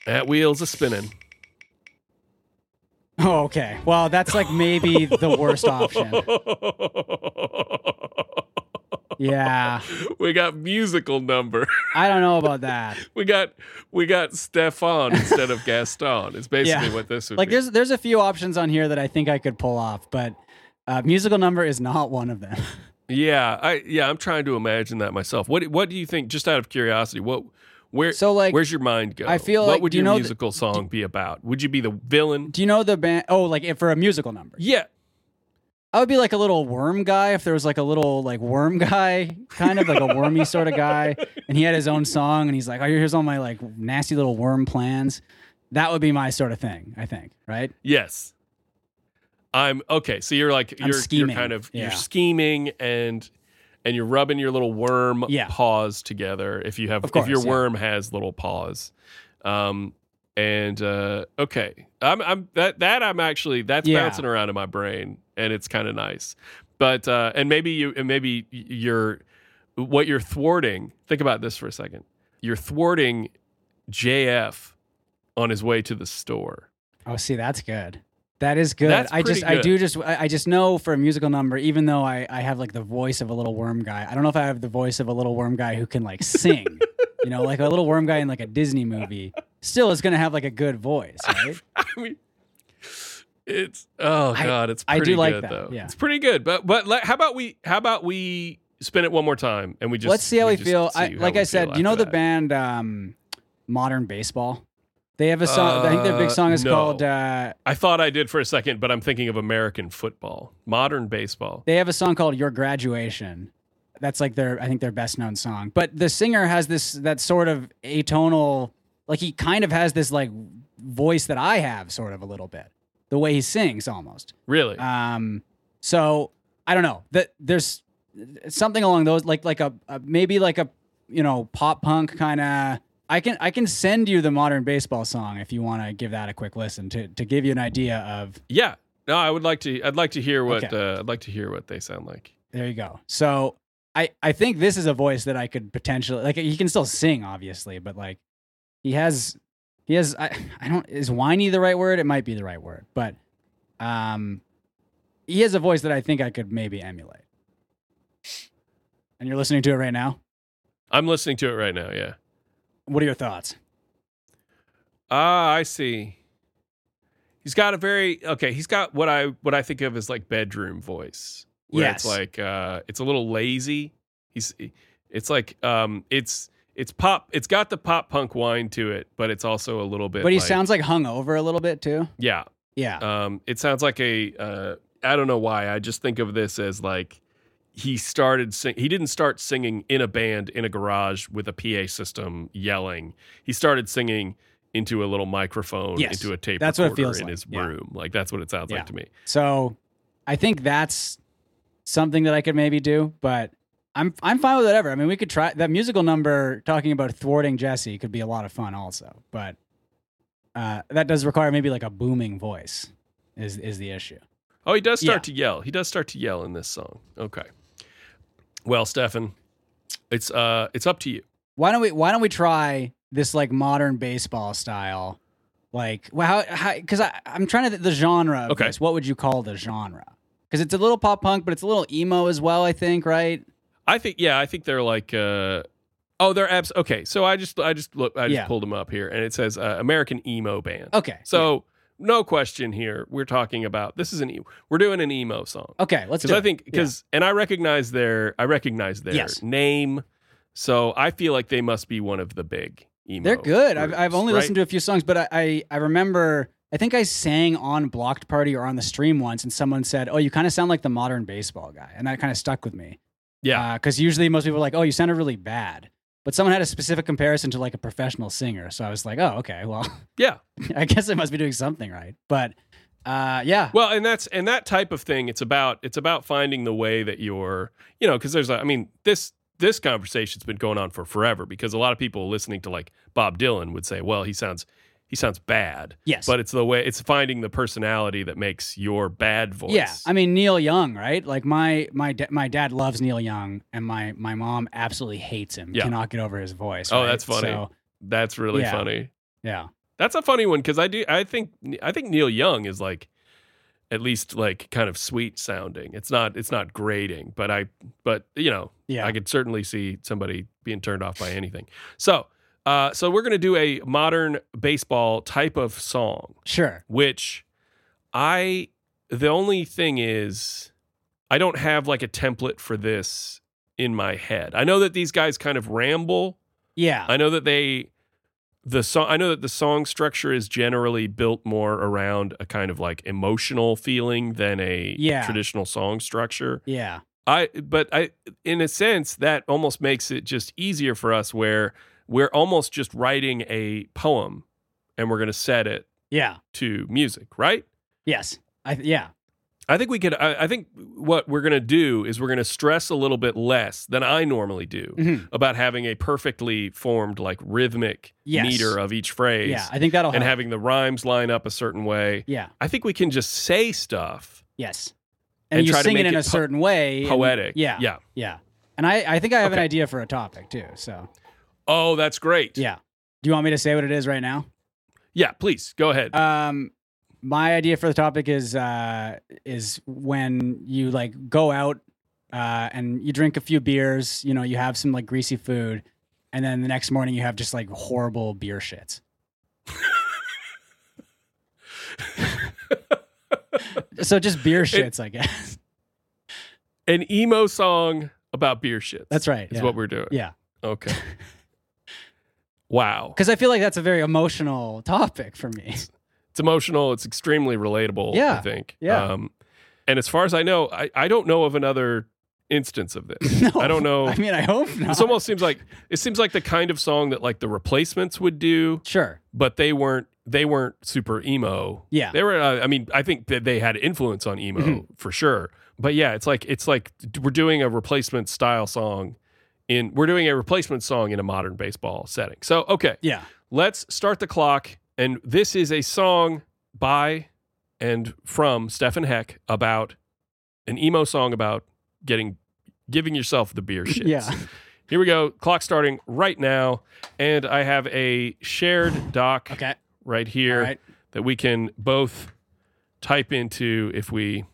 Speaker 1: That wheel's a spinning.
Speaker 2: Oh, okay. Well, that's like maybe the worst option. Yeah.
Speaker 1: we got musical number.
Speaker 2: I don't know about that.
Speaker 1: We got we got Stefan instead of Gaston. It's basically
Speaker 2: Yeah.
Speaker 1: what this would
Speaker 2: Like
Speaker 1: be.
Speaker 2: there's there's a few options on here that I think I could pull off, but uh, musical number is not one of them.
Speaker 1: Yeah, I yeah, I'm trying to imagine that myself. What what do you think? Just out of curiosity, what where
Speaker 2: So like
Speaker 1: where's your mind go?
Speaker 2: I feel
Speaker 1: what
Speaker 2: like-
Speaker 1: would
Speaker 2: do you
Speaker 1: your
Speaker 2: know the-
Speaker 1: musical song be about? Would you be the villain?
Speaker 2: do you know the band oh like if for a musical number.
Speaker 1: Yeah,
Speaker 2: I would be like a little worm guy if there was like a little like worm guy, kind of like a wormy sort of guy, and he had his own song and he's like, "Oh, here's all my like nasty little worm plans." That would be my sort of thing, I think, right?
Speaker 1: Yes. I'm okay. So you're like
Speaker 2: I'm
Speaker 1: you're
Speaker 2: scheming,
Speaker 1: you're kind of
Speaker 2: yeah.
Speaker 1: you're scheming and and you're rubbing your little worm
Speaker 2: Yeah.
Speaker 1: paws together if you have
Speaker 2: Of course,
Speaker 1: if your
Speaker 2: yeah.
Speaker 1: worm has little paws. Um and uh okay. I'm I'm that that I'm actually that's
Speaker 2: Yeah.
Speaker 1: bouncing around in my brain and it's kind of nice. But uh and maybe you and maybe y- you're what you're thwarting, think about this for a second. You're thwarting JF on his way to the store.
Speaker 2: Oh, see, that's good. That is good.
Speaker 1: That's
Speaker 2: I just,
Speaker 1: pretty
Speaker 2: I do just, I I just know for a musical number, even though I, I have like the voice of a little worm guy. I don't know if I have the voice of a little worm guy who can like sing, you know, like a little worm guy in like a Disney movie still is going to have like a good voice, right?
Speaker 1: I mean, it's oh
Speaker 2: I-
Speaker 1: god, it's
Speaker 2: I do
Speaker 1: pretty
Speaker 2: like
Speaker 1: good
Speaker 2: that,
Speaker 1: though.
Speaker 2: yeah.
Speaker 1: It's pretty good. But but like, how about we how about we spin it one more time and we just
Speaker 2: Let's see how we,
Speaker 1: just
Speaker 2: feel.
Speaker 1: see
Speaker 2: I,
Speaker 1: how
Speaker 2: like
Speaker 1: we
Speaker 2: I said,
Speaker 1: feel
Speaker 2: you know
Speaker 1: after
Speaker 2: the
Speaker 1: that.
Speaker 2: band um, Modern Baseball. They have a song. I think their big
Speaker 1: Uh,
Speaker 2: song is
Speaker 1: no.
Speaker 2: called. Uh,
Speaker 1: I thought I did for a second, but I'm thinking of American football, modern baseball.
Speaker 2: they have a song called "Your Graduation." That's like their, I think their best known song. But the singer has this that sort of atonal, like he kind of has this like voice that I have, sort of a little bit, the way he sings almost.
Speaker 1: Really?
Speaker 2: Um, so I don't know that there's something along those like like a, a maybe like a you know pop punk kind of. I can I can send you the modern baseball song if you want to give that a quick listen to to give you an idea of.
Speaker 1: yeah. No, I would like to. I'd like to hear what.
Speaker 2: Okay.
Speaker 1: Uh, I'd like to hear what they sound like.
Speaker 2: There you go. So I I think this is a voice that I could potentially like. He can still sing, obviously, but like he has he has I I don't is whiny the right word? It might be the right word, but um, he has a voice that I think I could maybe emulate. And you're listening to it right now.
Speaker 1: I'm listening to it right now. Yeah.
Speaker 2: What are your thoughts?
Speaker 1: Ah, I see. He's got a very okay. He's got what I what I think of as like bedroom voice. Where It's
Speaker 2: Yes.
Speaker 1: like uh, it's a little lazy. He's it's like um, it's it's pop. It's got the pop punk wine to it, but it's also a little bit.
Speaker 2: But he
Speaker 1: like-
Speaker 2: sounds like hungover a little bit too.
Speaker 1: yeah.
Speaker 2: Yeah.
Speaker 1: Um, it sounds like a. Uh, I don't know why. I just think of this as like he started. Sing- he didn't start singing in a band in a garage with a PA system yelling. He started singing into a little microphone,
Speaker 2: Yes.
Speaker 1: into a tape
Speaker 2: That's what it
Speaker 1: recorder
Speaker 2: feels
Speaker 1: in
Speaker 2: like.
Speaker 1: his
Speaker 2: Yeah.
Speaker 1: room. Like that's what it sounds
Speaker 2: Yeah.
Speaker 1: like to me.
Speaker 2: So I think that's something that I could maybe do, but I'm I'm fine with whatever. I mean, we could try that musical number talking about thwarting Jesse could be a lot of fun also, but uh, that does require maybe like a booming voice is is the issue.
Speaker 1: Oh, he does start
Speaker 2: Yeah.
Speaker 1: to yell. He does start to yell in this song. Okay. Well, Stefan, it's uh, it's up to you.
Speaker 2: Why don't we why don't we try this like modern baseball style like well how, how cuz I I'm trying to th- the genre of
Speaker 1: Okay.
Speaker 2: this. What would you call the genre? Cuz it's a little pop punk, but it's a little emo as well, I think, right?
Speaker 1: I think yeah, I think they're like uh oh, they're abs okay. So I just I just look I just
Speaker 2: Yeah. Oh,
Speaker 1: pulled them up here and it says uh, American emo band.
Speaker 2: Okay.
Speaker 1: So no question here. We're talking about this is an e- we're doing an emo song.
Speaker 2: okay, let's
Speaker 1: Cuz
Speaker 2: do
Speaker 1: I
Speaker 2: it.
Speaker 1: think cuz and I recognize their I recognize their
Speaker 2: Yes.
Speaker 1: name. So I feel like they must be one of the big emo.
Speaker 2: They're good. I've, I've
Speaker 1: groups,
Speaker 2: only
Speaker 1: right?
Speaker 2: listened to a few songs, but I, I, I remember, I think I sang on Blocked Party or on the stream once, and someone said, Oh, you kind of sound like the modern baseball guy. And that kind of stuck with me.
Speaker 1: Yeah.
Speaker 2: Because usually most people are like, Oh, you sounded really bad. But someone had a specific comparison to like a professional singer. So I was like, Oh, okay. Well,
Speaker 1: Yeah.
Speaker 2: I guess I must be doing something right. But uh, yeah.
Speaker 1: Well, and that's and that type of thing. It's about it's about finding the way that you're, you know, because there's a, I mean, this this conversation's been going on for forever because a lot of people listening to like Bob Dylan would say, well, he sounds he sounds bad,
Speaker 2: yes.
Speaker 1: but it's the way it's finding the personality that makes your bad voice.
Speaker 2: Yeah, I mean Neil Young, right? Like my my da- my dad loves Neil Young, and my my mom absolutely hates him.
Speaker 1: Yeah.
Speaker 2: Cannot get over his voice.
Speaker 1: Oh,
Speaker 2: right?
Speaker 1: that's funny.
Speaker 2: So,
Speaker 1: that's really
Speaker 2: Yeah.
Speaker 1: funny.
Speaker 2: yeah,
Speaker 1: That's a funny one because I do I think I think Neil Young is like at least like kind of sweet sounding. It's not it's not grating, but I but you know
Speaker 2: yeah.
Speaker 1: I could certainly see somebody being turned off by anything. So, uh, so we're going to do a modern baseball type of song,
Speaker 2: Sure.
Speaker 1: which I the only thing is I don't have like a template for this in my head. I know that these guys kind of ramble.
Speaker 2: Yeah.
Speaker 1: I know that they the song I know that the song structure is generally built more around a kind of like emotional feeling than a
Speaker 2: Yeah.
Speaker 1: traditional song structure.
Speaker 2: yeah.
Speaker 1: I but I in a sense that almost makes it just easier for us where we're almost just writing a poem and we're going to set it
Speaker 2: Yeah.
Speaker 1: to music, right?
Speaker 2: Yes. I th- yeah.
Speaker 1: I think we could I, I think what we're going to do is we're going to stress a little bit less than I normally do
Speaker 2: Mhm.
Speaker 1: about having a perfectly formed like rhythmic
Speaker 2: Yes.
Speaker 1: meter of each phrase
Speaker 2: Yeah. I think that'll
Speaker 1: and
Speaker 2: help.
Speaker 1: having the rhymes line up a certain way.
Speaker 2: yeah.
Speaker 1: I think we can just say stuff
Speaker 2: Yes. And,
Speaker 1: And
Speaker 2: you
Speaker 1: try to
Speaker 2: sing it
Speaker 1: make
Speaker 2: in
Speaker 1: it
Speaker 2: a
Speaker 1: po-
Speaker 2: certain way. and-
Speaker 1: poetic.
Speaker 2: yeah.
Speaker 1: Yeah.
Speaker 2: Yeah. And I I think I have an
Speaker 1: Okay.
Speaker 2: idea for a topic too. So
Speaker 1: Oh, that's great.
Speaker 2: yeah. Do you want me to say what it is right now?
Speaker 1: Yeah, please. Go ahead.
Speaker 2: Um, my idea for the topic is uh, is when you like go out uh, and you drink a few beers, you know, you have some like greasy food, and then the next morning you have just like horrible beer shits. So just beer shits, I guess.
Speaker 1: An emo song about beer shits.
Speaker 2: That's right.
Speaker 1: Is
Speaker 2: yeah.
Speaker 1: what we're doing.
Speaker 2: Yeah.
Speaker 1: Okay. wow.
Speaker 2: Because I feel like that's a very emotional topic for me.
Speaker 1: It's emotional. It's extremely relatable. I
Speaker 2: Yeah,
Speaker 1: think.
Speaker 2: yeah.
Speaker 1: Um, and as far as I know, I, I don't know of another instance of this.
Speaker 2: No,
Speaker 1: I don't know.
Speaker 2: I mean, I hope not.
Speaker 1: This Oh. almost seems like it seems like the kind of song that like the replacements would do,
Speaker 2: sure.
Speaker 1: but they weren't they weren't super emo.
Speaker 2: Yeah.
Speaker 1: They were. Uh, I mean, I think that they had influence on emo
Speaker 2: Mhm.
Speaker 1: for sure. But yeah, it's like it's like d- we're doing a replacement style song. In we're doing a replacement song in a modern baseball setting. So okay,
Speaker 2: Yeah.
Speaker 1: let's start the clock. And this is a song by and from Stefan Heck about an emo song about getting giving yourself the beer shits.
Speaker 2: Yeah.
Speaker 1: Here we go. Clock starting right now. And I have a shared doc
Speaker 2: Okay.
Speaker 1: right
Speaker 2: All
Speaker 1: here
Speaker 2: right.
Speaker 1: that we can both type into if we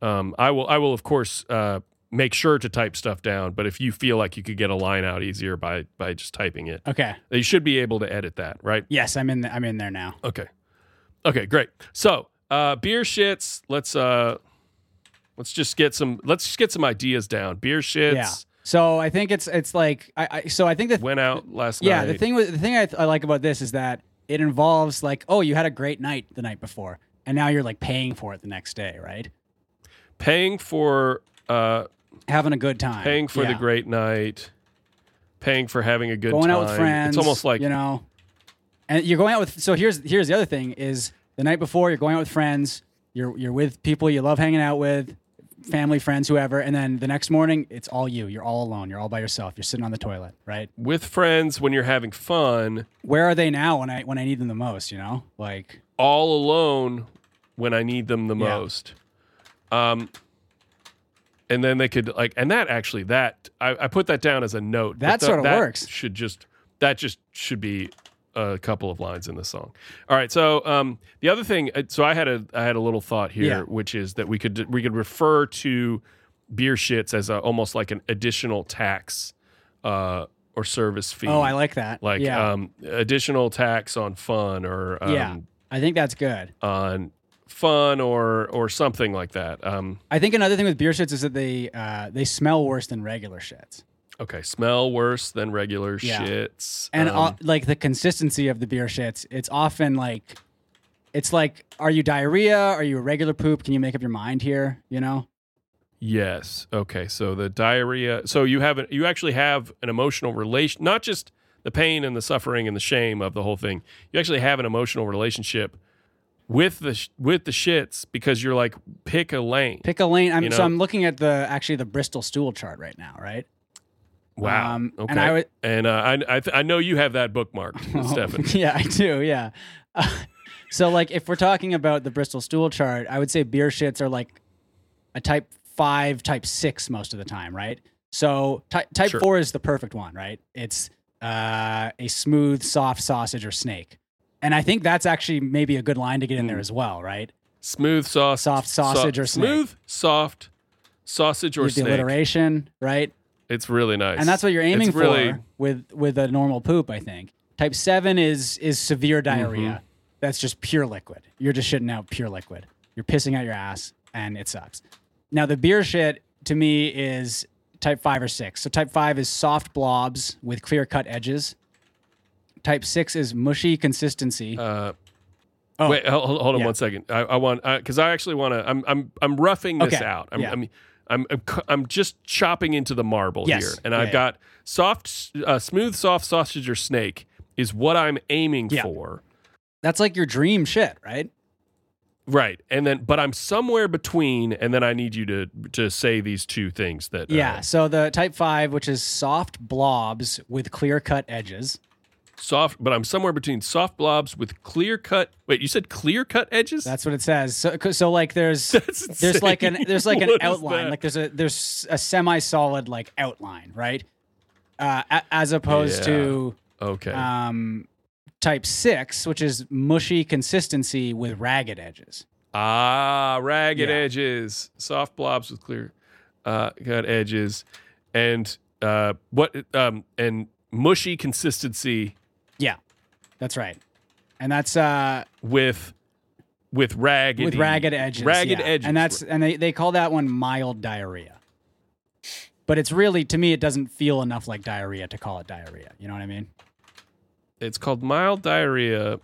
Speaker 1: um, I will I will of course uh, make sure to type stuff down, but if you feel like you could get a line out easier by by just typing it,
Speaker 2: Okay.
Speaker 1: you should be able to edit that, right?
Speaker 2: Yes, I'm in. The, I'm in there now.
Speaker 1: Okay. Okay, great. So, uh beer shits, let's uh let's just get some let's just get some ideas down. Beer shits
Speaker 2: Yeah. So I think it's it's like I, I so I think that
Speaker 1: went out last
Speaker 2: yeah
Speaker 1: night.
Speaker 2: the thing with the thing I, th- I like about this is that it involves like oh you had a great night the night before and now you're like paying for it the next day right
Speaker 1: paying for uh
Speaker 2: having a good time
Speaker 1: paying for the
Speaker 2: Yeah.
Speaker 1: great night, paying for having a good
Speaker 2: going
Speaker 1: time.
Speaker 2: out with friends.
Speaker 1: It's almost like
Speaker 2: you know, and you're going out with. So here's here's the other thing: is the night before you're going out with friends, you're you're with people you love hanging out with, family, friends, whoever, and then the next morning it's all you. You're all alone. You're all by yourself. You're sitting on the toilet, right?
Speaker 1: with friends when you're having fun,
Speaker 2: Where are they now when I when I need them the most? You know, like
Speaker 1: all alone when I need them the
Speaker 2: Yeah.
Speaker 1: most. Um and then they could like and that actually that I, I put that down as a note. but
Speaker 2: That sorta
Speaker 1: that
Speaker 2: works.
Speaker 1: Should just that just should be a couple of lines in the song. All right. So um the other thing uh, so I had a I had a little thought here,
Speaker 2: Yeah.
Speaker 1: which is that we could we could refer to beer shits as a, almost like an additional tax uh or service fee.
Speaker 2: oh, I like that.
Speaker 1: Mm. like
Speaker 2: yeah,
Speaker 1: um additional tax on fun or um,
Speaker 2: yeah. I think that's good.
Speaker 1: on fun or or something like that. Um,
Speaker 2: I think another thing with beer shits is that they uh, they smell worse than regular shits.
Speaker 1: okay, smell worse than regular
Speaker 2: Yeah.
Speaker 1: shits.
Speaker 2: and
Speaker 1: um,
Speaker 2: uh, like the consistency of the beer shits it's often like it's like are you diarrhea are you a regular poop can you make up your mind here you know
Speaker 1: yes, okay. So the diarrhea. So you have a, you actually have an emotional relation, not just the pain and the suffering and the shame of the whole thing. You actually have an emotional relationship with the sh- with the shits because you're like pick a lane.
Speaker 2: pick a lane i'm
Speaker 1: You
Speaker 2: so
Speaker 1: know?
Speaker 2: i'm looking at the actually the bristol stool chart right now right
Speaker 1: wow.
Speaker 2: um,
Speaker 1: okay.
Speaker 2: and
Speaker 1: And
Speaker 2: I
Speaker 1: I,
Speaker 2: would-
Speaker 1: uh,
Speaker 2: Oh,
Speaker 1: I I, th- I know you have that bookmarked, Stefan.
Speaker 2: yeah i do yeah Uh, so like if we're talking about the bristol stool chart i would say beer shits are like a type five type six most of the time right so ty- type
Speaker 1: Sure.
Speaker 2: four is the perfect one right it's uh, a smooth soft sausage or snake and i think that's actually maybe a good line to get in
Speaker 1: Hmm.
Speaker 2: there as well right
Speaker 1: Smooth sauce,
Speaker 2: Soft sausage or snake.
Speaker 1: smooth soft sausage or
Speaker 2: with the
Speaker 1: snake.
Speaker 2: alliteration right
Speaker 1: It's really nice,
Speaker 2: and that's what you're aiming
Speaker 1: it's really,
Speaker 2: for with with a normal poop i think type 7 is is severe
Speaker 1: Mm-hmm.
Speaker 2: diarrhea that's just pure liquid you're just shitting out pure liquid you're pissing out your ass and it sucks now the beer shit to me is type 5 or 6 so type 5 is soft blobs with clear cut edges type 6 is mushy consistency
Speaker 1: Uh,
Speaker 2: Oh.
Speaker 1: Wait, hol- hol- hold on
Speaker 2: Yeah.
Speaker 1: one second. I, I want because I actually want to. I'm I'm I'm roughing this
Speaker 2: Okay.
Speaker 1: out. I'm,
Speaker 2: Yeah.
Speaker 1: I'm I'm I'm cu- I'm just chopping into the marble
Speaker 2: Yes.
Speaker 1: here, and
Speaker 2: Yeah,
Speaker 1: I've
Speaker 2: yeah.
Speaker 1: got soft, s- uh, smooth, soft sausage or snake is what I'm aiming
Speaker 2: Yeah.
Speaker 1: for,
Speaker 2: that's like your dream shit right
Speaker 1: Uh. right? And then, but I'm somewhere between, and then I need you to to say these two things that uh,
Speaker 2: yeah so the type 5 which is soft blobs with clear cut edges
Speaker 1: soft, but I'm somewhere between soft blobs with clear cut. Wait, you said clear cut edges?
Speaker 2: That's what it says. So, so like there's
Speaker 1: That's
Speaker 2: there's like
Speaker 1: insane.
Speaker 2: an there's like an
Speaker 1: What is
Speaker 2: outline.
Speaker 1: that?
Speaker 2: Like there's a there's a semi-solid like outline, right? Uh, a, as opposed to
Speaker 1: okay.
Speaker 2: um, type six, which is mushy consistency with ragged edges.
Speaker 1: Ah, ragged
Speaker 2: Yeah.
Speaker 1: edges, soft blobs with clear uh, cut edges, and uh, what um, and mushy consistency
Speaker 2: Yeah, that's right. And that's uh,
Speaker 1: with with ragged
Speaker 2: with ragged edges.
Speaker 1: ragged
Speaker 2: yeah.
Speaker 1: edges.
Speaker 2: And that's and they, they call that one mild diarrhea. But it's really to me it doesn't feel enough like diarrhea to call it diarrhea. You know what I mean?
Speaker 1: It's called mild diarrhea.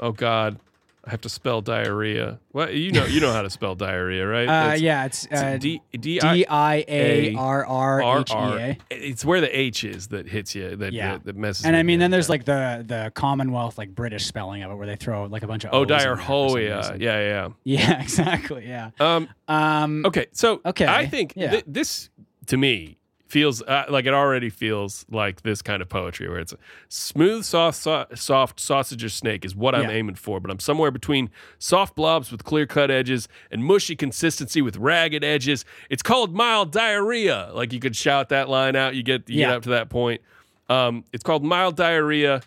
Speaker 1: Oh God, I have to spell diarrhea. What you know? You know how to spell diarrhea, right?
Speaker 2: Uh,
Speaker 1: It's-
Speaker 2: yeah, it's
Speaker 1: it's
Speaker 2: uh,
Speaker 1: D D I
Speaker 2: D I A R R
Speaker 1: R
Speaker 2: H E
Speaker 1: R.
Speaker 2: A.
Speaker 1: It's where the H is that hits you. That
Speaker 2: Yeah.
Speaker 1: that, that messes.
Speaker 2: And I
Speaker 1: with
Speaker 2: mean,
Speaker 1: you
Speaker 2: then
Speaker 1: every
Speaker 2: there's
Speaker 1: time.
Speaker 2: like the the Commonwealth like British spelling of it, where they throw like a bunch of
Speaker 1: oh
Speaker 2: O's in there for some
Speaker 1: diarrhea.
Speaker 2: reason.
Speaker 1: Yeah,
Speaker 2: yeah, exactly, yeah.
Speaker 1: yeah. Um.
Speaker 2: Um,
Speaker 1: Okay. So
Speaker 2: Okay,
Speaker 1: I think
Speaker 2: yeah.
Speaker 1: thi- this to me feels uh, like it already feels like this kind of poetry where it's smooth, soft, so- soft sausage or snake is what I'm
Speaker 2: Yeah.
Speaker 1: aiming for, but I'm somewhere between soft blobs with clear cut edges and mushy consistency with ragged edges. It's called mild diarrhea. Like you could shout that line out. You get you get
Speaker 2: Yeah.
Speaker 1: up to that point. Um, it's called mild diarrhea,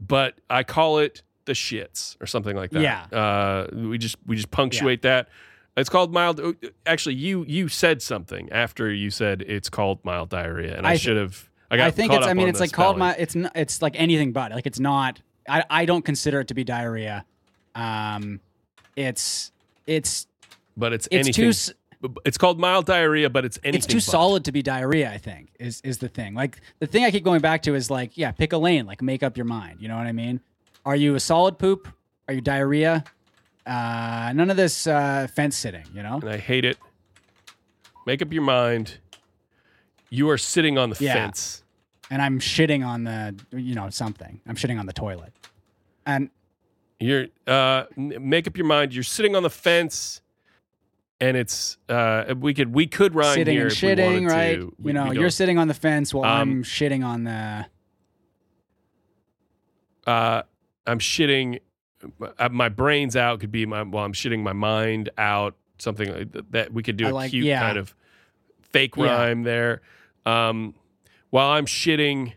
Speaker 1: but I call it the shits or something like that.
Speaker 2: Yeah.
Speaker 1: Uh, we just we just punctuate that. It's called mild. uh, Actually, you you said something after you said it's called mild diarrhea, and I,
Speaker 2: I th-
Speaker 1: should have. I got.
Speaker 2: I think
Speaker 1: caught
Speaker 2: it's. I
Speaker 1: up
Speaker 2: mean,
Speaker 1: on
Speaker 2: it's
Speaker 1: the
Speaker 2: like called
Speaker 1: spelling.
Speaker 2: my. It's not. It's like anything but. Like it's not. I. I don't consider it to be diarrhea. Um, it's. It's.
Speaker 1: but it's,
Speaker 2: It's
Speaker 1: anything.
Speaker 2: too. s-
Speaker 1: b- b- it's called mild diarrhea, but it's anything.
Speaker 2: It's too
Speaker 1: but.
Speaker 2: solid to be diarrhea. I think is is the thing. Like the thing I keep going back to is like, yeah, pick a lane. Like make up your mind. You know what I mean? Are you a solid poop? Are you diarrhea? Uh, none of this uh, fence sitting. You know?
Speaker 1: and I hate it. Make up your mind. You are sitting on the
Speaker 2: Yeah.
Speaker 1: fence.
Speaker 2: And I'm shitting on the. You know something. I'm shitting on the toilet. And
Speaker 1: You're uh, n- make up your mind. You're sitting on the fence, and it's uh, we could we could rhyme
Speaker 2: sitting
Speaker 1: here
Speaker 2: and
Speaker 1: if we wanted
Speaker 2: shitting, right?
Speaker 1: to. We-
Speaker 2: you know,
Speaker 1: we
Speaker 2: you're
Speaker 1: don't.
Speaker 2: sitting on the fence while
Speaker 1: Um,
Speaker 2: I'm shitting on the.
Speaker 1: uh, I'm shitting. uh, My brain's out could be my well. I'm shitting my mind out. Something like th- that we could do
Speaker 2: I
Speaker 1: a
Speaker 2: like-
Speaker 1: cute
Speaker 2: yeah.
Speaker 1: kind of fake
Speaker 2: Yeah.
Speaker 1: rhyme there. Um, while I'm shitting,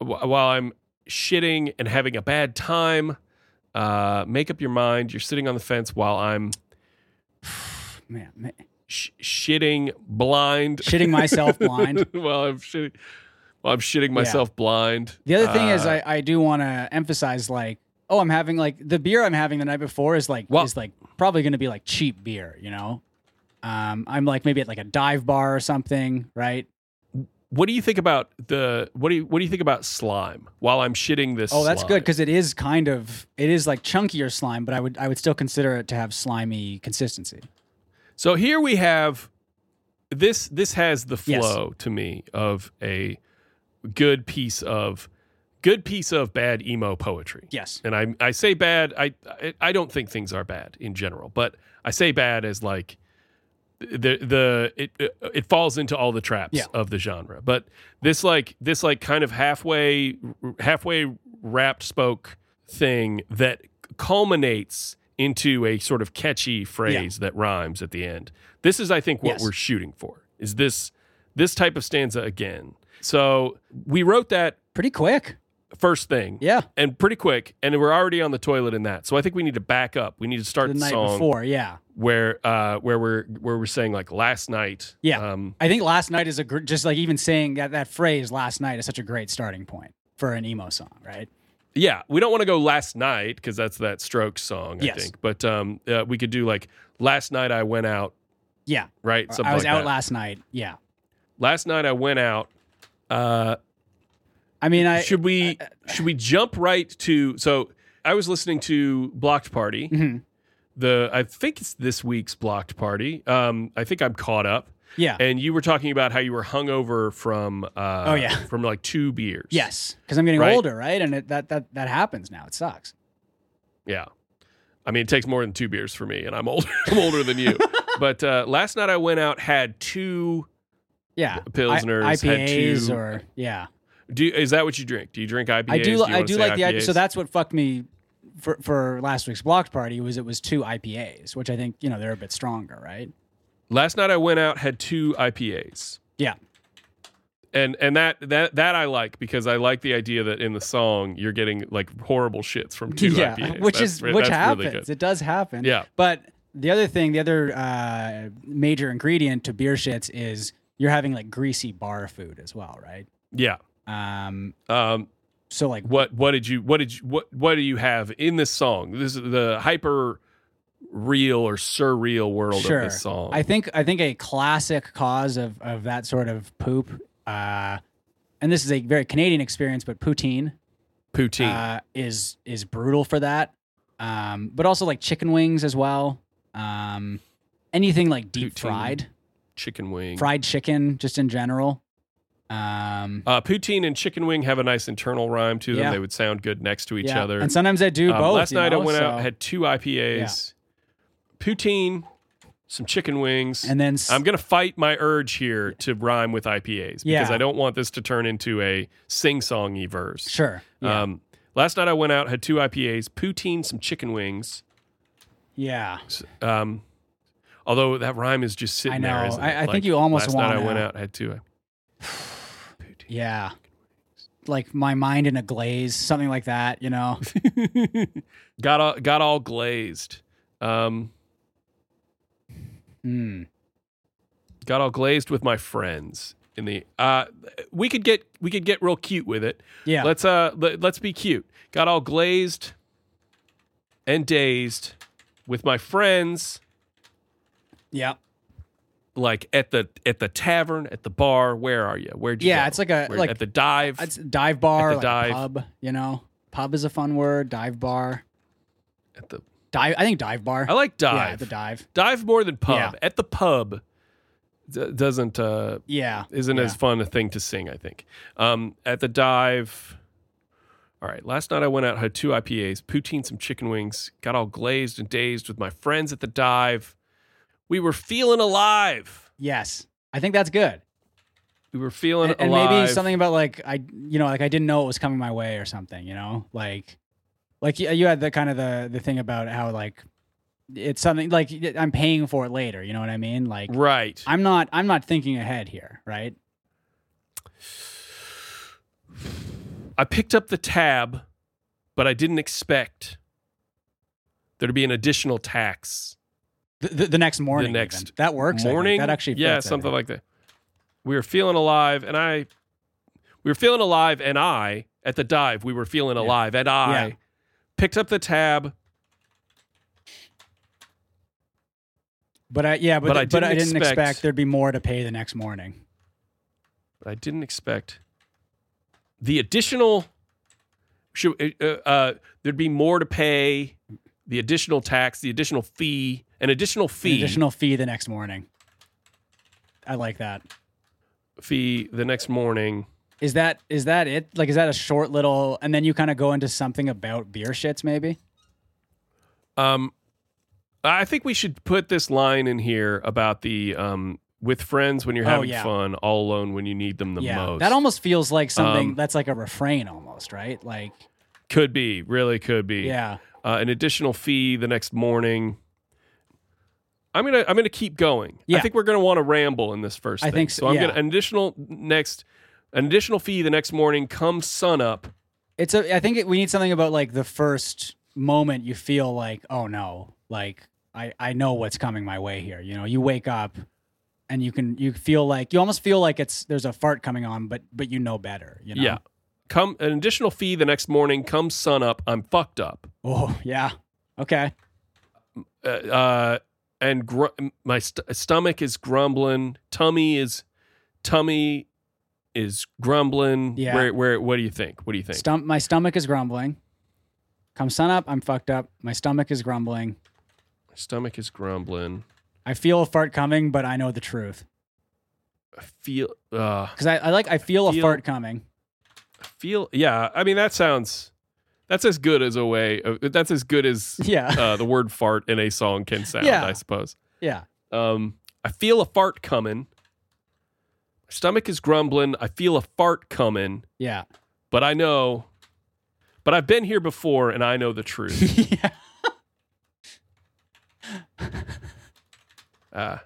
Speaker 1: wh- while I'm shitting and having a bad time, uh, make up your mind. You're sitting on the fence while I'm
Speaker 2: Man, ma-
Speaker 1: sh- shitting blind.
Speaker 2: shitting myself blind.
Speaker 1: while I'm shitting, while I'm shitting myself blind.
Speaker 2: The other thing is,
Speaker 1: Uh,
Speaker 2: I, I do want to emphasize like, oh, I'm having like the beer I'm having the night before is like
Speaker 1: Well-
Speaker 2: is like probably going to be like cheap beer, you know. Um, I'm like maybe at like a dive bar or something, right?
Speaker 1: What do you think about the what do you what do you think about slime? While I'm shitting this,
Speaker 2: Oh, that's good
Speaker 1: slime?
Speaker 2: because it is kind of it is like chunkier slime, but I would I would still consider it to have slimy consistency.
Speaker 1: So here we have this. This has the
Speaker 2: Yes.
Speaker 1: flow to me of a good piece of good piece of bad emo poetry.
Speaker 2: Yes.
Speaker 1: And I I say bad. I I- I don't think things are bad in general, but I say bad as like the the it it- it falls into all the traps
Speaker 2: Yeah.
Speaker 1: of the genre. But this like this like kind of halfway halfway wrapped spoke thing that culminates into a sort of catchy phrase that rhymes at the end. This is I think what
Speaker 2: Yes.
Speaker 1: we're shooting for. Is this this type of stanza again. So we wrote that
Speaker 2: Pretty quick.
Speaker 1: first thing
Speaker 2: Yeah.
Speaker 1: and pretty quick and we're already on the toilet in that. So I think we need to back up. We need to start
Speaker 2: The
Speaker 1: the,
Speaker 2: night
Speaker 1: song
Speaker 2: before, yeah.
Speaker 1: where uh where we're where we're saying like last night
Speaker 2: Yeah.
Speaker 1: um
Speaker 2: I think last night is a gr- just like even saying that that phrase last night is such a great starting point for an emo song, right?
Speaker 1: yeah we don't want to go last night because that's that strokes song i
Speaker 2: Yes.
Speaker 1: think but um uh, we could do like last night i went out
Speaker 2: Yeah.
Speaker 1: right something
Speaker 2: I was
Speaker 1: like
Speaker 2: out
Speaker 1: that.
Speaker 2: last night. Yeah.
Speaker 1: last night i went out uh
Speaker 2: I mean, I uh,
Speaker 1: should we should we jump right to so i was listening to blocked party
Speaker 2: Mhm.
Speaker 1: the i think it's this week's blocked party um i think i'm caught up
Speaker 2: yeah.
Speaker 1: and you were talking about how you were hungover from uh
Speaker 2: Oh, yeah.
Speaker 1: from like two beers
Speaker 2: Yes, because I'm getting
Speaker 1: Right.
Speaker 2: older, right? And it, that that that happens now. It sucks.
Speaker 1: Yeah. I mean, it takes more than two beers for me, and I'm older. I'm older than you. but uh, last night I went out, had two
Speaker 2: Yeah. I-
Speaker 1: pilsners, had
Speaker 2: IPAs
Speaker 1: two.
Speaker 2: or yeah.
Speaker 1: do you- is that what you drink? Do you drink IPAs?
Speaker 2: I do
Speaker 1: you
Speaker 2: I
Speaker 1: wanna
Speaker 2: do
Speaker 1: say
Speaker 2: like the IPAs.
Speaker 1: IPAs?
Speaker 2: so that's what fucked me for for last week's blocked party was it was two IPAs, which I think you know they're a bit stronger, right?
Speaker 1: last night I went out, had two IPAs.
Speaker 2: Yeah.
Speaker 1: And and that that that I like because I like the idea that in the song you're getting like horrible shits from two
Speaker 2: yeah,
Speaker 1: IPAs,
Speaker 2: which
Speaker 1: That's
Speaker 2: is
Speaker 1: re-
Speaker 2: which
Speaker 1: that's
Speaker 2: happens.
Speaker 1: really good.
Speaker 2: it does happen.
Speaker 1: Yeah.
Speaker 2: But the other thing, the other uh, major ingredient to beer shits is you're having like greasy bar food as well, right?
Speaker 1: Yeah.
Speaker 2: Um,
Speaker 1: Um,
Speaker 2: So like
Speaker 1: What what did you what did you what what do you have in this song? This is the hyper real or surreal world
Speaker 2: Sure.
Speaker 1: of this song.
Speaker 2: I think I think a classic cause of of that sort of poop, uh, and this is a very Canadian experience, but poutine
Speaker 1: Poutine.
Speaker 2: uh, is is brutal for that. Um, but also like chicken wings as well. Um, anything like deep
Speaker 1: Poutine.
Speaker 2: fried,
Speaker 1: chicken wing.
Speaker 2: fried chicken, just in general. Um,
Speaker 1: Uh, poutine and chicken wing have a nice internal rhyme to them.
Speaker 2: Yeah.
Speaker 1: They would sound good next to each
Speaker 2: yeah.
Speaker 1: other.
Speaker 2: and sometimes I do
Speaker 1: Um,
Speaker 2: both.
Speaker 1: last
Speaker 2: you
Speaker 1: night
Speaker 2: know,
Speaker 1: I went
Speaker 2: so-
Speaker 1: out, had two IPAs, poutine, some chicken wings.
Speaker 2: and then s-
Speaker 1: I'm gonna fight my urge here to rhyme with IPAs because
Speaker 2: Yeah.
Speaker 1: I don't want this to turn into a sing-songy verse.
Speaker 2: sure, yeah,
Speaker 1: Um, last night I went out, had two IPAs, poutine, some chicken wings.
Speaker 2: yeah.
Speaker 1: S- Um, although that rhyme is just sitting
Speaker 2: I
Speaker 1: there.
Speaker 2: know.
Speaker 1: Isn't
Speaker 2: I-
Speaker 1: it?
Speaker 2: I think you almost
Speaker 1: last night
Speaker 2: wanna-
Speaker 1: I went out, had two. Poutine.
Speaker 2: Yeah. Like my mind in a glaze, something like that, you know?
Speaker 1: got all, got all glazed. Um,
Speaker 2: Mm.
Speaker 1: got all glazed with my friends in the uh we could get we could get real cute with it
Speaker 2: Yeah.
Speaker 1: let's uh let, let's be cute got all glazed and dazed with my friends
Speaker 2: yeah.
Speaker 1: like at the at the tavern at the bar where are you where'd you
Speaker 2: Yeah,
Speaker 1: go?
Speaker 2: it's like a-
Speaker 1: Where-
Speaker 2: like-
Speaker 1: at the dive
Speaker 2: It's dive bar,
Speaker 1: At the
Speaker 2: like
Speaker 1: dive.
Speaker 2: pub, you know? Pub is a fun word, dive bar.
Speaker 1: at the
Speaker 2: Dive I think dive bar.
Speaker 1: i like
Speaker 2: Yeah,
Speaker 1: dive
Speaker 2: the dive.
Speaker 1: dive more than pub
Speaker 2: Yeah.
Speaker 1: at the pub d- doesn't uh
Speaker 2: Yeah.
Speaker 1: isn't
Speaker 2: Yeah.
Speaker 1: as fun a thing to sing, I think. Um, at the dive. All right. Last night I went out, had two IPAs, poutine, some chicken wings, got all glazed and dazed with my friends at the dive. We were feeling alive.
Speaker 2: Yes. I think that's good.
Speaker 1: We were feeling
Speaker 2: And, and
Speaker 1: alive.
Speaker 2: maybe something about like I you know, like I didn't know it was coming my way or something, you know? Like like you, you had the kind of the the thing about how like it's something like I'm paying for it later, you know what I mean? Like
Speaker 1: Right.
Speaker 2: I'm not I'm not thinking ahead here, right?
Speaker 1: I picked up the tab, but I didn't expect there to be an additional tax.
Speaker 2: The, the, the next morning. even.
Speaker 1: next
Speaker 2: that works. I think.
Speaker 1: morning.
Speaker 2: That actually.
Speaker 1: yeah,
Speaker 2: fits, I
Speaker 1: something
Speaker 2: think.
Speaker 1: like that. We were feeling alive, and I, we were feeling alive, and I at the dive, we were feeling
Speaker 2: Yeah.
Speaker 1: alive, and I
Speaker 2: Yeah.
Speaker 1: picked up the tab,
Speaker 2: But I yeah, but
Speaker 1: But
Speaker 2: th-
Speaker 1: I
Speaker 2: but
Speaker 1: didn't
Speaker 2: I didn't expect,
Speaker 1: expect-
Speaker 2: there'd be more to pay the next morning.
Speaker 1: but I didn't expect the additional. Should uh, uh, there'd be more to pay? The additional tax, the additional fee, an additional
Speaker 2: An
Speaker 1: fee,
Speaker 2: additional fee the next morning. I like that.
Speaker 1: fee the next morning.
Speaker 2: Is that is that it? Like, is that a short little? And then you kind of go into something about beer shits, maybe.
Speaker 1: Um, I think we should put this line in here about the um with friends when you're
Speaker 2: Oh,
Speaker 1: having
Speaker 2: yeah.
Speaker 1: fun, all alone when you need them the
Speaker 2: yeah,
Speaker 1: most.
Speaker 2: that almost feels like something
Speaker 1: Um,
Speaker 2: that's like a refrain, almost right? Like,
Speaker 1: could be, really could be.
Speaker 2: yeah,
Speaker 1: Uh, an additional fee the next morning. I'm gonna I'm gonna keep going. I
Speaker 2: Yeah.
Speaker 1: think we're gonna want to ramble in this first.
Speaker 2: I
Speaker 1: thing.
Speaker 2: think so,
Speaker 1: I'm
Speaker 2: yeah.
Speaker 1: gonna an additional next an additional fee the next morning. Come sun up.
Speaker 2: it's a. I think it, we need something about like the first moment you feel like, oh no, like I I know what's coming my way here. You know, you wake up and you can you feel like you almost feel like it's there's a fart coming on, but but you know better. You know.
Speaker 1: Yeah. Come an additional fee the next morning. Come sun up. I'm fucked up.
Speaker 2: Oh yeah. Okay.
Speaker 1: uh, uh, and gr- my st- stomach is grumbling, tummy is tummy is grumbling.
Speaker 2: Yeah.
Speaker 1: Where where what do you think? What do you think?
Speaker 2: Stump. My stomach is grumbling. Come sun up, I'm fucked up. My stomach is grumbling.
Speaker 1: My stomach is grumbling.
Speaker 2: I feel a fart coming, but I know the truth.
Speaker 1: I feel uh
Speaker 2: Because I, I like I feel,
Speaker 1: Feel-
Speaker 2: a fart coming.
Speaker 1: I feel yeah, I mean that sounds that's as good as a way of, that's as good as
Speaker 2: Yeah.
Speaker 1: uh, the word fart in a song can sound,
Speaker 2: Yeah.
Speaker 1: I suppose.
Speaker 2: yeah.
Speaker 1: Um I feel a fart coming. My stomach is grumbling. I feel a fart coming,
Speaker 2: Yeah.
Speaker 1: but I know but I've been here before and I know the truth.
Speaker 2: yeah.
Speaker 1: Uh,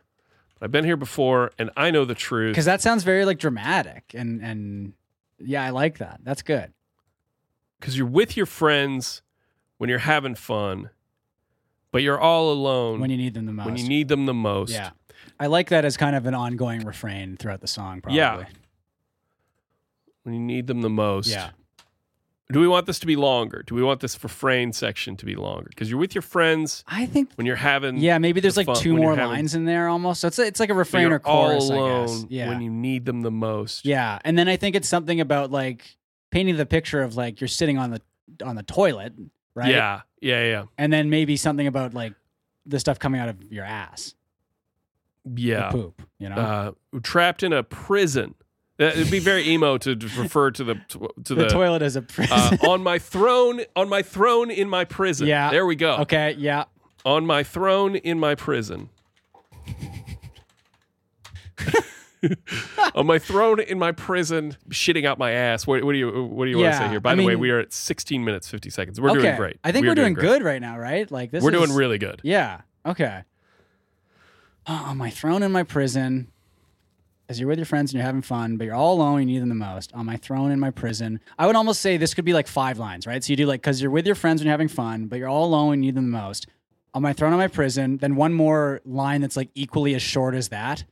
Speaker 1: I've been here before, and I know the truth.
Speaker 2: Because that sounds very like dramatic and and yeah, I like that. That's good.
Speaker 1: Because you're with your friends when you're having fun, but you're all alone
Speaker 2: When you need them the most.
Speaker 1: when you need them the most.
Speaker 2: Yeah. I like that as kind of an ongoing refrain throughout the song, probably.
Speaker 1: Yeah. When you need them the most.
Speaker 2: Yeah.
Speaker 1: do we want this to be longer? Do we want this refrain section to be longer? Because you're with your friends
Speaker 2: I think.
Speaker 1: when you're having
Speaker 2: Yeah, maybe there's
Speaker 1: the
Speaker 2: like
Speaker 1: fun-
Speaker 2: two
Speaker 1: when you're
Speaker 2: more
Speaker 1: having-
Speaker 2: lines in there almost. So it's it's like a
Speaker 1: but
Speaker 2: refrain
Speaker 1: you're
Speaker 2: or chorus,
Speaker 1: all alone
Speaker 2: I guess. Yeah.
Speaker 1: when you need them the most.
Speaker 2: Yeah, and then I think it's something about like painting the picture of like you're sitting on the on the toilet, right?
Speaker 1: yeah, yeah, yeah,
Speaker 2: and then maybe something about like the stuff coming out of your ass,
Speaker 1: yeah.
Speaker 2: the poop. You know,
Speaker 1: Uh, trapped in a prison. That- It'd be very emo to d- refer to the to
Speaker 2: the,
Speaker 1: the,
Speaker 2: toilet is a prison.
Speaker 1: uh, on my throne, on my throne in my prison.
Speaker 2: Yeah.
Speaker 1: there we go.
Speaker 2: okay, yeah,
Speaker 1: On my throne in my prison. on my throne in my prison, shitting out my ass. What, what do you What do you want to
Speaker 2: Yeah,
Speaker 1: say here? By
Speaker 2: I
Speaker 1: the way,
Speaker 2: mean-
Speaker 1: we are at 16 minutes 50 seconds. We're
Speaker 2: okay.
Speaker 1: doing great.
Speaker 2: I think
Speaker 1: We
Speaker 2: we're,
Speaker 1: are
Speaker 2: doing,
Speaker 1: great.
Speaker 2: good right now, right? Like this.
Speaker 1: We're
Speaker 2: is,
Speaker 1: doing really good.
Speaker 2: Yeah. Okay. Uh, on my throne in my prison, as you're with your friends and you're having fun, but you're all alone, you need them the most. On my throne in my prison, I would almost say this could be like five lines, right? So you do like, because you're with your friends when you're having fun, but you're all alone, you need them the most. On my throne in my prison, then one more line that's like equally as short as that,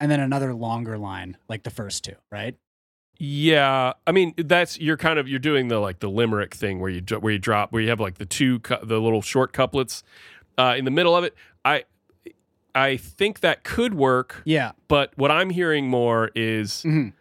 Speaker 2: and then another longer line like the first two, right?
Speaker 1: Yeah, I mean that's you're kind of you're doing the like the limerick thing where you dro- where you drop where you have like the two cu- the little short couplets uh, in the middle of it. I I think that could work,
Speaker 2: Yeah.
Speaker 1: but what I'm hearing more is
Speaker 2: Mhm.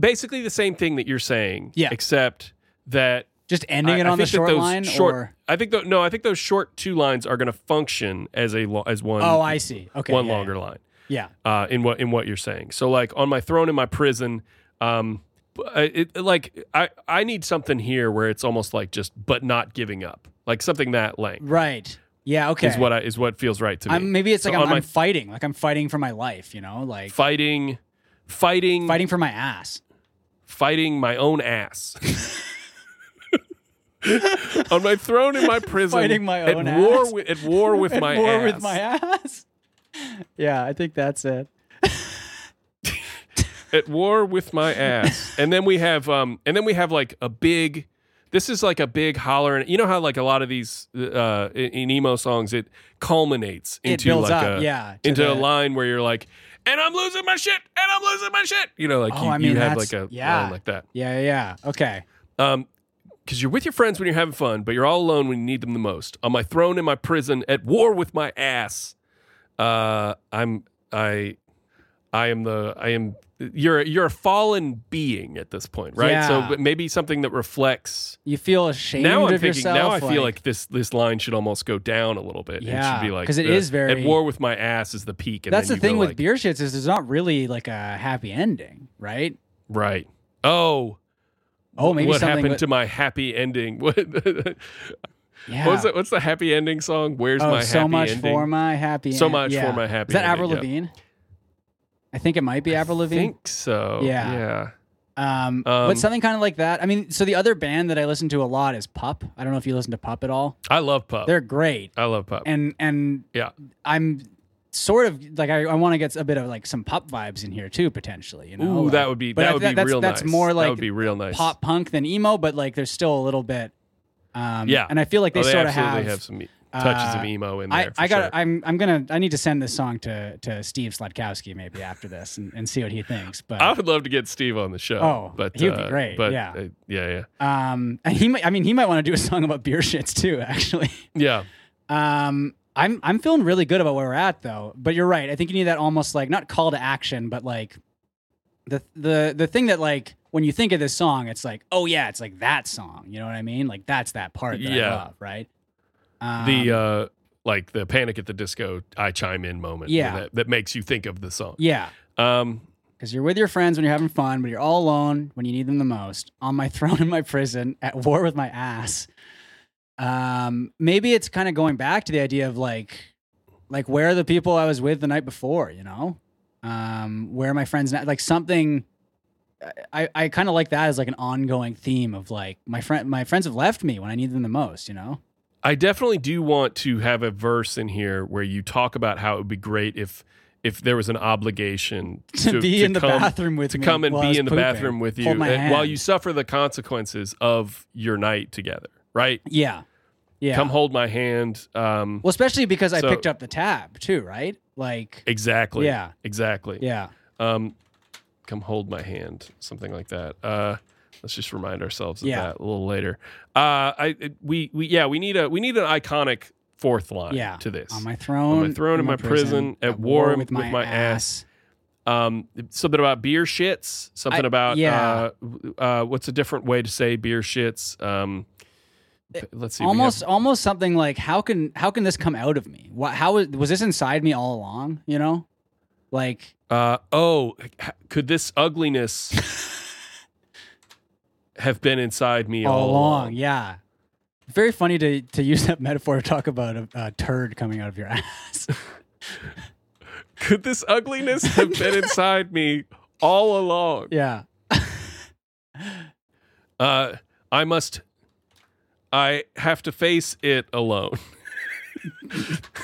Speaker 1: basically the same thing that you're saying,
Speaker 2: Yeah.
Speaker 1: except that
Speaker 2: Just ending it on the
Speaker 1: think that
Speaker 2: short
Speaker 1: those
Speaker 2: line
Speaker 1: short-
Speaker 2: or.
Speaker 1: I think tho- no, I think those short two lines are going to function as a lo- as one
Speaker 2: Oh, I see. Okay.
Speaker 1: one
Speaker 2: yeah,
Speaker 1: longer line
Speaker 2: Yeah.
Speaker 1: uh, in what in what you're saying. So like on my throne in my prison, um, b- I- it, like I I need something here where it's almost like just but not giving up, like something that length
Speaker 2: Right. Yeah. Okay.
Speaker 1: is what I, is what feels right to me.
Speaker 2: I'm, maybe it's
Speaker 1: So
Speaker 2: like I'm,
Speaker 1: on my-
Speaker 2: I'm fighting, like I'm fighting for my life, you know, like
Speaker 1: fighting, fighting,
Speaker 2: fighting for my ass.
Speaker 1: fighting my own ass. on my throne in my prison,
Speaker 2: Fighting my own
Speaker 1: at war
Speaker 2: ass.
Speaker 1: wi- at war with my
Speaker 2: War
Speaker 1: ass.
Speaker 2: with my ass. yeah, I think that's it.
Speaker 1: at war with my ass. and then we have um and then we have like a big this is like a big holler and you know how like a lot of these uh in, in emo songs it culminates into
Speaker 2: it builds
Speaker 1: like
Speaker 2: up,
Speaker 1: a
Speaker 2: yeah. to
Speaker 1: into
Speaker 2: the-
Speaker 1: a line where you're like and I'm losing my shit and I'm losing my shit. You know like
Speaker 2: Oh,
Speaker 1: you,
Speaker 2: I
Speaker 1: you
Speaker 2: mean,
Speaker 1: have
Speaker 2: that's-
Speaker 1: like a
Speaker 2: yeah.
Speaker 1: line like that.
Speaker 2: Yeah, yeah, yeah. Okay.
Speaker 1: Um because you're with your friends when you're having fun, but you're all alone when you need them the most. On my throne in my prison, at war with my ass. Uh, I'm I, I am the I am. You're you're a fallen being at this point, right?
Speaker 2: Yeah.
Speaker 1: So but maybe something that reflects.
Speaker 2: You feel ashamed
Speaker 1: now I'm
Speaker 2: of
Speaker 1: thinking.
Speaker 2: yourself.
Speaker 1: now I feel like this this line should almost go down a little bit. it
Speaker 2: Yeah,
Speaker 1: should be like
Speaker 2: 'cause it
Speaker 1: the-
Speaker 2: is very-
Speaker 1: at war with my ass is the peak. And
Speaker 2: that's
Speaker 1: then
Speaker 2: the
Speaker 1: you
Speaker 2: thing
Speaker 1: go
Speaker 2: with
Speaker 1: like,
Speaker 2: beer shits is there's not really like a happy ending, right?
Speaker 1: right. Oh,
Speaker 2: Oh, maybe
Speaker 1: what
Speaker 2: something
Speaker 1: happened
Speaker 2: with-
Speaker 1: to my happy ending? What,
Speaker 2: yeah.
Speaker 1: what was it? What's the happy ending song? Where's
Speaker 2: oh,
Speaker 1: my
Speaker 2: so
Speaker 1: happy
Speaker 2: much
Speaker 1: ending?
Speaker 2: for my happy.
Speaker 1: So
Speaker 2: en-
Speaker 1: much for
Speaker 2: yeah.
Speaker 1: my happy
Speaker 2: Is that
Speaker 1: ending,
Speaker 2: Avril
Speaker 1: yeah.
Speaker 2: Lavigne? I think it might be Avril
Speaker 1: I
Speaker 2: Lavigne.
Speaker 1: think so.
Speaker 2: Yeah.
Speaker 1: Yeah.
Speaker 2: Um,
Speaker 1: Um,
Speaker 2: but something kind of like that. I mean, so the other band that I listen to a lot is Pup. I don't know if you listen to Pup at all.
Speaker 1: I love Pup.
Speaker 2: They're great,
Speaker 1: I love Pup.
Speaker 2: and and
Speaker 1: yeah.
Speaker 2: I'm sort of like I, I want to get a bit of like some Pup vibes in here too, potentially. You know,
Speaker 1: Ooh,
Speaker 2: like-
Speaker 1: that would be
Speaker 2: but
Speaker 1: that
Speaker 2: I-
Speaker 1: would be
Speaker 2: that's,
Speaker 1: real
Speaker 2: That's
Speaker 1: nice.
Speaker 2: more
Speaker 1: that
Speaker 2: like
Speaker 1: would be real nice.
Speaker 2: pop punk than emo, but like there's still a little bit. Um,
Speaker 1: Yeah.
Speaker 2: and I feel like they,
Speaker 1: oh, they
Speaker 2: sort of
Speaker 1: absolutely
Speaker 2: have.
Speaker 1: have, some e- touches of
Speaker 2: uh,
Speaker 1: emo in there.
Speaker 2: I,
Speaker 1: for
Speaker 2: I got.
Speaker 1: sure.
Speaker 2: I'm. I'm gonna. I need to send this song to to Steve Sladkowski maybe after this and, and see what he thinks. But
Speaker 1: I would love to get Steve on the show.
Speaker 2: Oh,
Speaker 1: but
Speaker 2: he would be
Speaker 1: uh,
Speaker 2: great,
Speaker 1: But
Speaker 2: yeah.
Speaker 1: uh, yeah, yeah,
Speaker 2: Um, and he might, I mean, he might want to do a song about beer shits too, actually.
Speaker 1: yeah.
Speaker 2: Um, I'm, I'm feeling really good about where we're at though, but you're right. I think you need that almost like not call to action, but like the, the, the thing that like, when you think of this song, it's like, oh yeah, it's like that song. You know what I mean? Like that's that part that
Speaker 1: Yeah.
Speaker 2: I love, right? Um,
Speaker 1: The uh, like the Panic at the Disco, I chime in moment.
Speaker 2: Yeah.
Speaker 1: that, that makes you think of the song.
Speaker 2: yeah.
Speaker 1: Um,
Speaker 2: Because you're with your friends when you're having fun, but you're all alone when you need them the most. On my throne in my prison, at war with my ass. Um, maybe it's kind of going back to the idea of like, like where are the people I was with the night before? You know, um, where are my friends now? Like something. I, I kind of like that as like an ongoing theme of like my friend my friends have left me when I need them the most. You know.
Speaker 1: I definitely do want to have a verse in here where you talk about how it would be great if if there was an obligation
Speaker 2: To, be in the
Speaker 1: come-
Speaker 2: bathroom with
Speaker 1: to
Speaker 2: me
Speaker 1: come and
Speaker 2: while I
Speaker 1: be
Speaker 2: was
Speaker 1: in the
Speaker 2: pooping.
Speaker 1: bathroom with you
Speaker 2: Hold my
Speaker 1: uh, while
Speaker 2: hand.
Speaker 1: you suffer the consequences of your night together, right?
Speaker 2: Yeah. Yeah.
Speaker 1: Come hold my hand. Um,
Speaker 2: Well, especially because I
Speaker 1: So-
Speaker 2: picked up the tab too, right? Like,
Speaker 1: exactly.
Speaker 2: Yeah.
Speaker 1: Exactly.
Speaker 2: yeah.
Speaker 1: Um, come hold my hand, something like that. Uh, Let's just remind ourselves of
Speaker 2: Yeah.
Speaker 1: that a little later. Uh, I it- we we yeah we need a we need an iconic fourth line
Speaker 2: Yeah.
Speaker 1: to this.
Speaker 2: On my throne,
Speaker 1: throne, in my prison, at war with my ass. um, something about beer shits. Something
Speaker 2: I-
Speaker 1: about
Speaker 2: yeah.
Speaker 1: Uh, uh, what's a different way to say beer shits? Um, let's see. we have-
Speaker 2: Almost, almost something like how can how can this come out of me? What how is- was this inside me all along? You know, like
Speaker 1: Uh, oh, h- could this ugliness have been inside me all,
Speaker 2: all along. Yeah, very funny to to use that metaphor to talk about a, a turd coming out of your ass.
Speaker 1: Could this ugliness have been inside me all along?
Speaker 2: yeah,
Speaker 1: Uh, I must. I have to face it alone.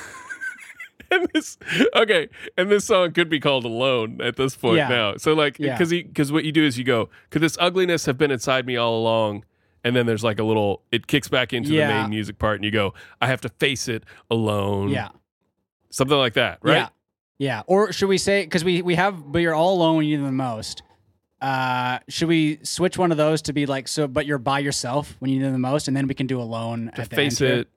Speaker 1: and this, okay, and this song could be called "Alone" at this point
Speaker 2: Yeah.
Speaker 1: now. So like,
Speaker 2: Yeah.
Speaker 1: because because what you do is you go, could this ugliness have been inside me all along? And then there's like a little, it kicks back into the
Speaker 2: Yeah.
Speaker 1: main music part, and you go, I have to face it alone.
Speaker 2: yeah,
Speaker 1: something like that, right?
Speaker 2: yeah, yeah. Or should we say because we we have but you're all alone, you the most. Uh, should we switch one of those to be like so? But you're by yourself when you need it the most, and then we can do alone.
Speaker 1: to
Speaker 2: at the
Speaker 1: face
Speaker 2: end here?
Speaker 1: it.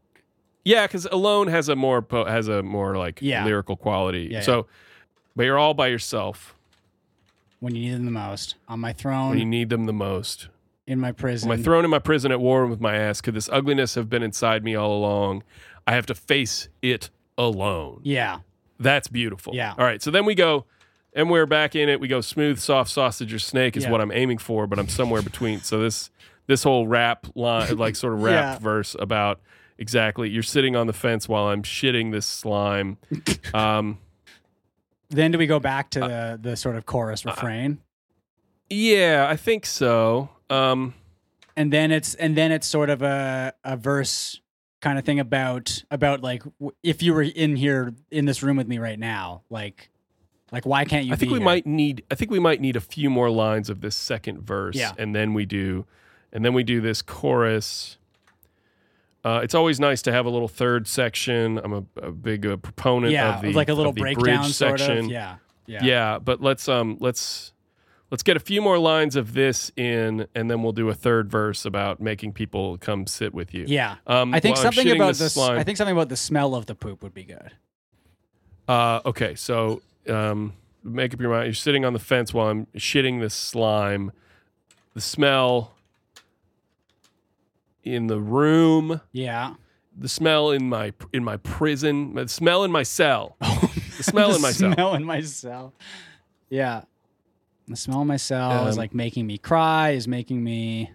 Speaker 1: Yeah, because alone has a more po- has a more like
Speaker 2: Yeah.
Speaker 1: lyrical quality.
Speaker 2: Yeah,
Speaker 1: so, but you're all by yourself
Speaker 2: when you need them the most. On my
Speaker 1: when you
Speaker 2: throne,
Speaker 1: need them the most.
Speaker 2: in my prison.
Speaker 1: My throne in my prison at war with my ass. Could this ugliness have been inside me all along? I have to face it alone.
Speaker 2: yeah,
Speaker 1: That's beautiful.
Speaker 2: Yeah.
Speaker 1: All right. So then we go, and we're back in it. We go smooth, soft sausage or snake is
Speaker 2: Yeah.
Speaker 1: what I'm aiming for, but I'm somewhere between. So this this whole rap line, like sort of rap
Speaker 2: Yeah.
Speaker 1: verse about exactly you're sitting on the fence while I'm shitting this slime. Um,
Speaker 2: then do we go back
Speaker 1: Uh,
Speaker 2: to the the sort of chorus
Speaker 1: uh-uh.
Speaker 2: refrain,
Speaker 1: yeah, I think so. Um,
Speaker 2: and then it's and then it's sort of a a verse kind of thing about about like w- if you were in here in this room with me right now, like like why can't you?
Speaker 1: I think
Speaker 2: be
Speaker 1: we
Speaker 2: here?
Speaker 1: might need. I think we might need a few more lines of this second verse,
Speaker 2: Yeah.
Speaker 1: and then we do, and then we do this chorus. Uh, it's always nice to have a little third section. I'm a, a big uh, proponent
Speaker 2: yeah,
Speaker 1: of the
Speaker 2: of like a little
Speaker 1: of the
Speaker 2: breakdown
Speaker 1: bridge
Speaker 2: sort
Speaker 1: section.
Speaker 2: of yeah yeah
Speaker 1: yeah. but let's um let's let's get a few more lines of this in, and then we'll do a third verse about making people come sit with you.
Speaker 2: yeah.
Speaker 1: Um,
Speaker 2: I think
Speaker 1: while I'm
Speaker 2: something
Speaker 1: shitting
Speaker 2: about
Speaker 1: this
Speaker 2: this.
Speaker 1: slime-
Speaker 2: I think something about the smell of the poop would be good.
Speaker 1: Uh, okay, so um, make up your mind. You're sitting on the fence while I'm shitting this slime. The smell in the room.
Speaker 2: Yeah.
Speaker 1: The smell in my in my prison. The smell in my cell. The smell
Speaker 2: the
Speaker 1: in my cell.
Speaker 2: Oh. Smell in my cell. Yeah. The smell in my cell is
Speaker 1: Um,
Speaker 2: like making me cry, is making me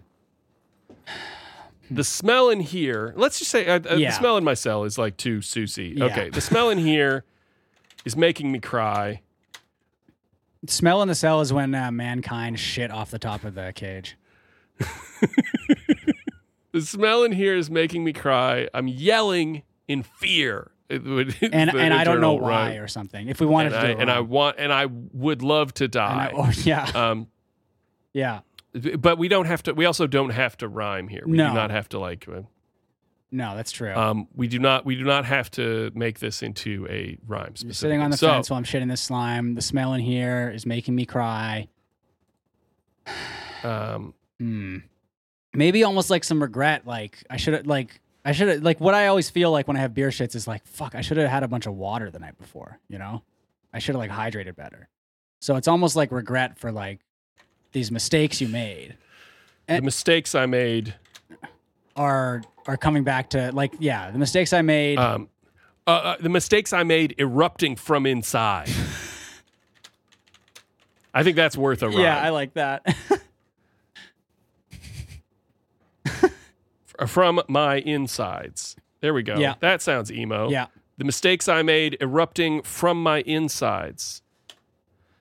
Speaker 1: The smell in here. Let's just say uh, uh,
Speaker 2: Yeah.
Speaker 1: the smell in my cell is like too Susie.
Speaker 2: Yeah.
Speaker 1: Okay, the smell in here is making me cry.
Speaker 2: smell in the cell is when uh, mankind shit off the top of the cage.
Speaker 1: The smell in here is making me cry. I'm yelling in fear. It would-
Speaker 2: And
Speaker 1: the
Speaker 2: and I don't know
Speaker 1: internal
Speaker 2: why
Speaker 1: rhyme.
Speaker 2: or something. If we wanted
Speaker 1: and
Speaker 2: to
Speaker 1: I,
Speaker 2: do it
Speaker 1: and I
Speaker 2: wrong.
Speaker 1: want and I would love to
Speaker 2: And I-
Speaker 1: die.
Speaker 2: oh, yeah.
Speaker 1: um,
Speaker 2: Yeah.
Speaker 1: but we don't have to. We also don't have to rhyme here. We do
Speaker 2: No.
Speaker 1: not have to like. uh,
Speaker 2: No, that's true.
Speaker 1: Um, we do not. We do not have to make this into a rhyme.
Speaker 2: You're sitting on the
Speaker 1: specifically.
Speaker 2: fence while I'm shitting this slime. The smell in here is making me cry.
Speaker 1: So, um,
Speaker 2: Hmm. Maybe almost like some regret. Like I should have like I should have like what I always feel like when I have beer shits is like fuck. I should have had a bunch of water the night before. You know, I should have like hydrated better. So it's almost like regret for like these mistakes you made Eh.
Speaker 1: the mistakes I made.
Speaker 2: are are coming back to like yeah the mistakes I made.
Speaker 1: Um, uh, uh, the mistakes I made erupting from inside. I think that's worth a rhyme.
Speaker 2: yeah, I like that.
Speaker 1: F- from my insides. There we go.
Speaker 2: Yeah.
Speaker 1: That sounds emo.
Speaker 2: yeah,
Speaker 1: The mistakes I made erupting from my insides.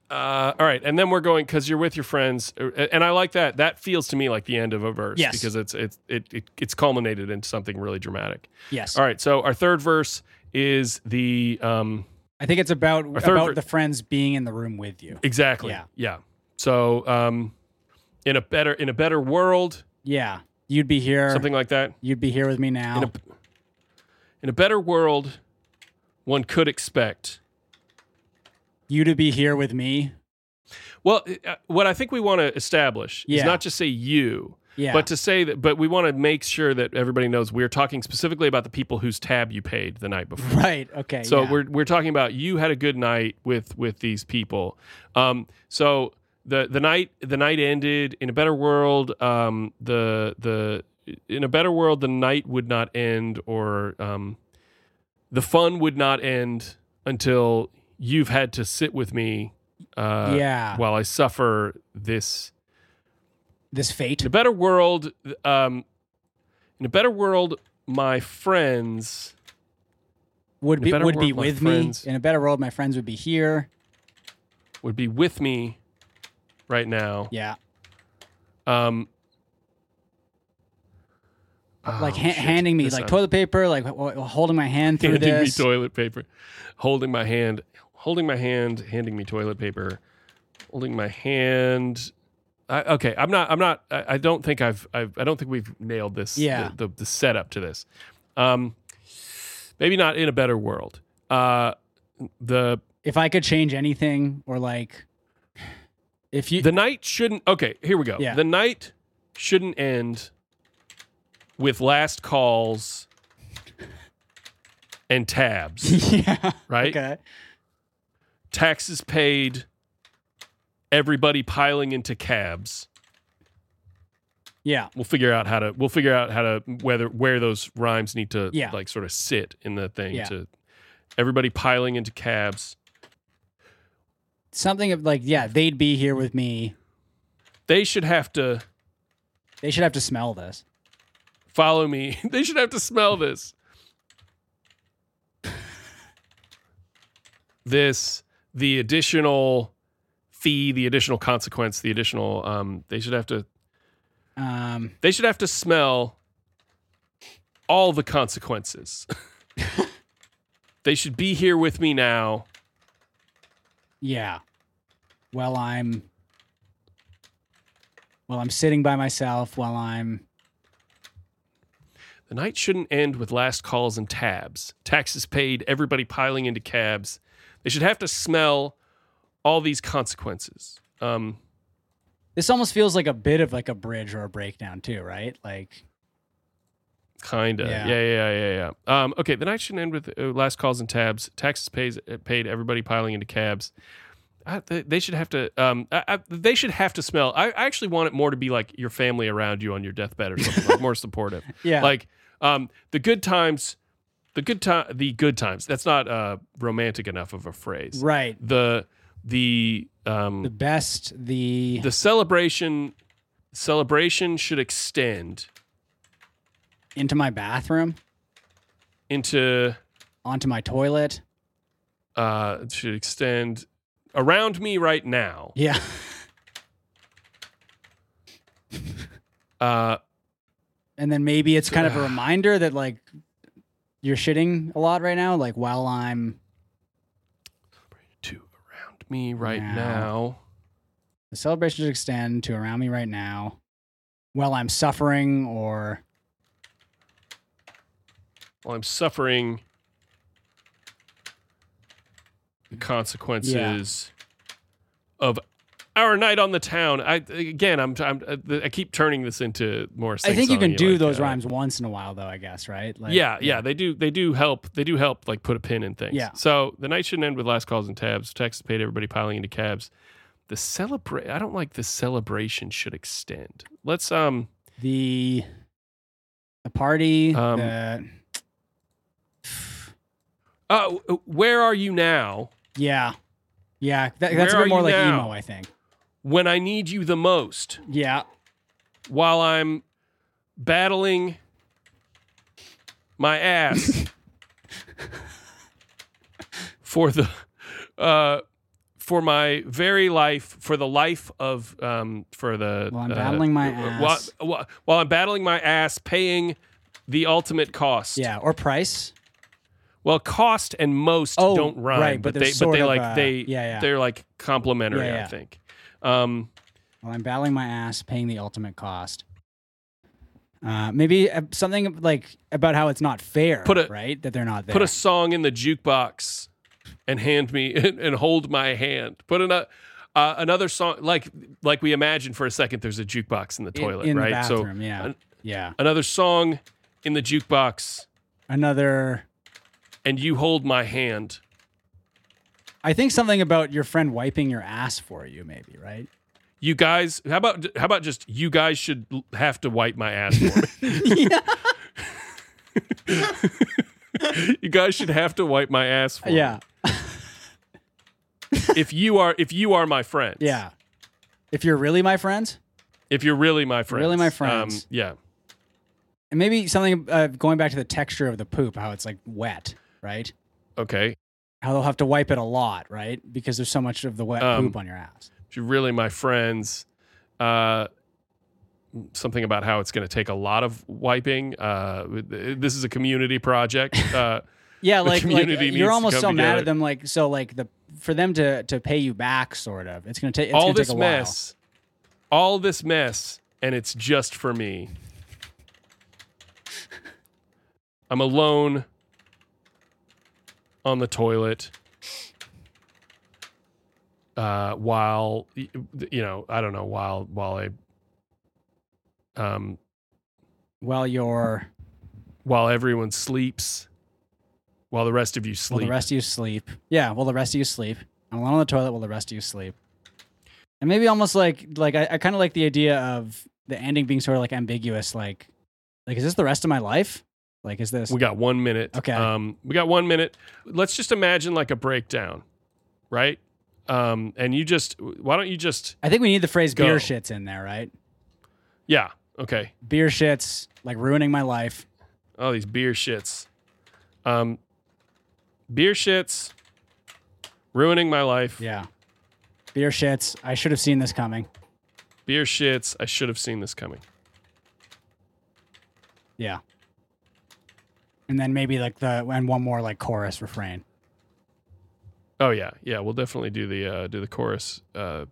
Speaker 1: Uh, all right, and then we're going because you're with your friends, uh, and I like that. That feels to me like the end of a verse
Speaker 2: Yes.
Speaker 1: because it's it's it, it it's culminated into something really dramatic.
Speaker 2: yes.
Speaker 1: All right, so our third verse is the um
Speaker 2: I think it's about
Speaker 1: third
Speaker 2: about
Speaker 1: ver-
Speaker 2: the friends being in the room with you.
Speaker 1: exactly
Speaker 2: Yeah.
Speaker 1: So um, in a better in a better world,
Speaker 2: Yeah, you'd be here.
Speaker 1: something like that.
Speaker 2: You'd be here with me now.
Speaker 1: In a in a better world, one could expect
Speaker 2: you to be here with me
Speaker 1: Well, uh, what I think we want to establish is
Speaker 2: Yeah.
Speaker 1: not just say you,
Speaker 2: Yeah.
Speaker 1: but to say that, but we want to make sure that everybody knows we're talking specifically about the people whose tab you paid the night before.
Speaker 2: right. Okay.
Speaker 1: So
Speaker 2: yeah.
Speaker 1: we're we're talking about you had a good night with with these people. Um, so the the night the night ended in a better world. Um, the the in a better world the night would not end or um, the fun would not end until you've had to sit with me. Uh,
Speaker 2: yeah.
Speaker 1: While I suffer this
Speaker 2: this fate.
Speaker 1: in a better world, um, in a better world, my friends.
Speaker 2: would
Speaker 1: a
Speaker 2: be
Speaker 1: better
Speaker 2: would be
Speaker 1: world, my
Speaker 2: with
Speaker 1: friends-
Speaker 2: me in a better world. My friends would be here.
Speaker 1: would be with me right now.
Speaker 2: Yeah,
Speaker 1: Um,
Speaker 2: like
Speaker 1: oh,
Speaker 2: ha-
Speaker 1: shit.
Speaker 2: handing me
Speaker 1: This
Speaker 2: like
Speaker 1: sounds-
Speaker 2: toilet paper, like w- w- holding my hand through
Speaker 1: handing
Speaker 2: this.
Speaker 1: me toilet paper, holding my hand, holding my hand, handing me toilet paper, holding my hand. I, okay, I'm not. I'm not. I, I don't think I've, I've. I don't think we've nailed this.
Speaker 2: Yeah.
Speaker 1: The, the, the setup to this. Um, maybe not in a better world. Uh, the
Speaker 2: if I could change anything, or like, if you
Speaker 1: The night shouldn't. Okay, here we go.
Speaker 2: Yeah.
Speaker 1: The night shouldn't end with last calls and tabs,
Speaker 2: yeah,
Speaker 1: right?
Speaker 2: okay,
Speaker 1: Taxes paid, everybody piling into cabs.
Speaker 2: yeah,
Speaker 1: We'll figure out how to. We'll figure out how to whether where those rhymes need to
Speaker 2: Yeah.
Speaker 1: like sort of sit in the thing
Speaker 2: Yeah.
Speaker 1: to everybody piling into cabs.
Speaker 2: something of like yeah, they'd be here with me.
Speaker 1: They should have to
Speaker 2: They should have to smell this.
Speaker 1: follow me. they should have to smell this. this the additional fee, the additional consequence, the additional um they should have to
Speaker 2: Um,
Speaker 1: they should have to smell all the consequences. they should be here with me now.
Speaker 2: yeah. Well, I'm. Well, I'm sitting by myself while I'm.
Speaker 1: The night shouldn't end with last calls and tabs. Taxes paid, everybody piling into cabs. They should have to smell all these consequences. Um
Speaker 2: This almost feels like a bit of like a bridge or a breakdown too, right? Like,
Speaker 1: Kinda. Yeah.
Speaker 2: Yeah.
Speaker 1: yeah, yeah, yeah, yeah. Um, okay, the night should end with uh, last calls and tabs. Taxes pays, uh, paid. Everybody piling into cabs. I, they, they should have to. Um, I, I, they should have to smell. I, I actually want it more to be like your family around you on your deathbed or something, like more supportive.
Speaker 2: yeah,
Speaker 1: Like um, the good times, the good time, the good times. That's not uh, romantic enough of a phrase.
Speaker 2: right.
Speaker 1: The the um,
Speaker 2: The best, the
Speaker 1: the celebration celebration should extend
Speaker 2: into my bathroom,
Speaker 1: into
Speaker 2: onto my toilet.
Speaker 1: uh, should extend around me right now.
Speaker 2: Yeah.
Speaker 1: Uh,
Speaker 2: And then maybe it's kind of a reminder that like you're shitting a lot right now, like while I'm
Speaker 1: to around me right
Speaker 2: Now.
Speaker 1: now.
Speaker 2: the celebration should extend to around me right now. While I'm suffering or
Speaker 1: while I'm suffering
Speaker 2: Mm.
Speaker 1: the consequences of our night on the town. I again, I'm, I'm I keep turning this into more.
Speaker 2: I think you can
Speaker 1: sing-songy,
Speaker 2: do
Speaker 1: like,
Speaker 2: those
Speaker 1: uh,
Speaker 2: rhymes once in a while though, I guess, right? Like
Speaker 1: yeah, yeah, they do. They do help. They do help, like put a pin in things.
Speaker 2: Yeah.
Speaker 1: So the night shouldn't end with last calls and tabs. Taxes paid, everybody piling into cabs. The celebrate. I don't like the celebration should extend. Let's um.
Speaker 2: The the party,
Speaker 1: Um,
Speaker 2: the
Speaker 1: Uh, where are you now?
Speaker 2: yeah. Yeah. That,
Speaker 1: Where
Speaker 2: that's a
Speaker 1: are
Speaker 2: bit more
Speaker 1: you
Speaker 2: like
Speaker 1: now?
Speaker 2: emo, I think.
Speaker 1: When I need you the most,
Speaker 2: Yeah.
Speaker 1: while I'm battling my ass for the uh for my very life, for the life of, um, for the
Speaker 2: While I'm
Speaker 1: uh,
Speaker 2: battling my
Speaker 1: uh, while-
Speaker 2: ass.
Speaker 1: While, while I'm battling my ass, paying the ultimate cost.
Speaker 2: Yeah. Or price.
Speaker 1: Well, cost and most
Speaker 2: Oh,
Speaker 1: don't rhyme,
Speaker 2: right,
Speaker 1: but,
Speaker 2: but
Speaker 1: they
Speaker 2: they're
Speaker 1: but
Speaker 2: sort
Speaker 1: they
Speaker 2: of,
Speaker 1: like
Speaker 2: uh,
Speaker 1: they
Speaker 2: yeah, yeah.
Speaker 1: they're like complementary.
Speaker 2: Yeah,
Speaker 1: I
Speaker 2: yeah.
Speaker 1: think. Um,
Speaker 2: Well, I'm battling my ass, paying the ultimate cost. Uh, maybe uh, something like about how it's not fair,
Speaker 1: Put a-
Speaker 2: right? That they're not there.
Speaker 1: put a song in the jukebox and hand me and, and hold my hand. Put an. Uh, another song, like like we imagined for a second, there's a jukebox in the toilet,
Speaker 2: in, in
Speaker 1: right?
Speaker 2: the
Speaker 1: so
Speaker 2: bathroom. yeah,
Speaker 1: an-
Speaker 2: yeah.
Speaker 1: another song in the jukebox,
Speaker 2: Another.
Speaker 1: and you hold my hand.
Speaker 2: I think something about your friend wiping your ass for you, maybe, right?
Speaker 1: You guys, how about how about just you guys should l- have to wipe my ass for me.
Speaker 2: yeah.
Speaker 1: you guys should have to wipe my ass for
Speaker 2: Yeah.
Speaker 1: me. If you are if you are my friends,
Speaker 2: Yeah. If you're really my friends,
Speaker 1: If you're really my friends,
Speaker 2: Really my
Speaker 1: Um,
Speaker 2: friends.
Speaker 1: yeah.
Speaker 2: and maybe something uh, going back to the texture of the poop, how it's like wet, right?
Speaker 1: Okay.
Speaker 2: How they'll have to wipe it a lot, right? Because there's so much of the wet
Speaker 1: Um,
Speaker 2: poop on your ass.
Speaker 1: If you're really my friends, uh, something about how it's going to take a lot of wiping. Uh, this is a community project. Uh,
Speaker 2: Yeah,
Speaker 1: the
Speaker 2: like, like
Speaker 1: community
Speaker 2: uh,
Speaker 1: needs
Speaker 2: you're
Speaker 1: to
Speaker 2: almost
Speaker 1: come
Speaker 2: so mad
Speaker 1: together.
Speaker 2: at them, like so, like the for them to to pay you back, sort of. It's gonna take it's
Speaker 1: all
Speaker 2: gonna
Speaker 1: this
Speaker 2: take a
Speaker 1: mess, all this mess, and it's just for me. I'm alone on the toilet. Uh, while y- you know, I don't know, while while I um
Speaker 2: while. Well, you're
Speaker 1: while everyone sleeps, while the rest of you
Speaker 2: Will
Speaker 1: sleep.
Speaker 2: the rest of you sleep? Yeah. Will the rest of you sleep? I'm alone on the toilet. Will the rest of you sleep? And maybe almost like like I, I kind of like the idea of the ending being sort of like ambiguous. Like like is this the rest of my life? Like is this?
Speaker 1: we got one minute.
Speaker 2: Okay.
Speaker 1: Um, we got one minute. Let's just imagine like a breakdown, right? Um, and you just why don't you just
Speaker 2: I think we need the phrase
Speaker 1: Go.
Speaker 2: beer shits in there, right?
Speaker 1: yeah okay
Speaker 2: Beer shits like ruining my life.
Speaker 1: all these beer shits, um, beer shits, ruining my life.
Speaker 2: Yeah. Beer shits. I should have seen this coming.
Speaker 1: Beer shits. I should have seen this coming.
Speaker 2: Yeah. And then maybe like the and one more like chorus refrain.
Speaker 1: Oh yeah, yeah. We'll definitely do the uh, do the chorus uh,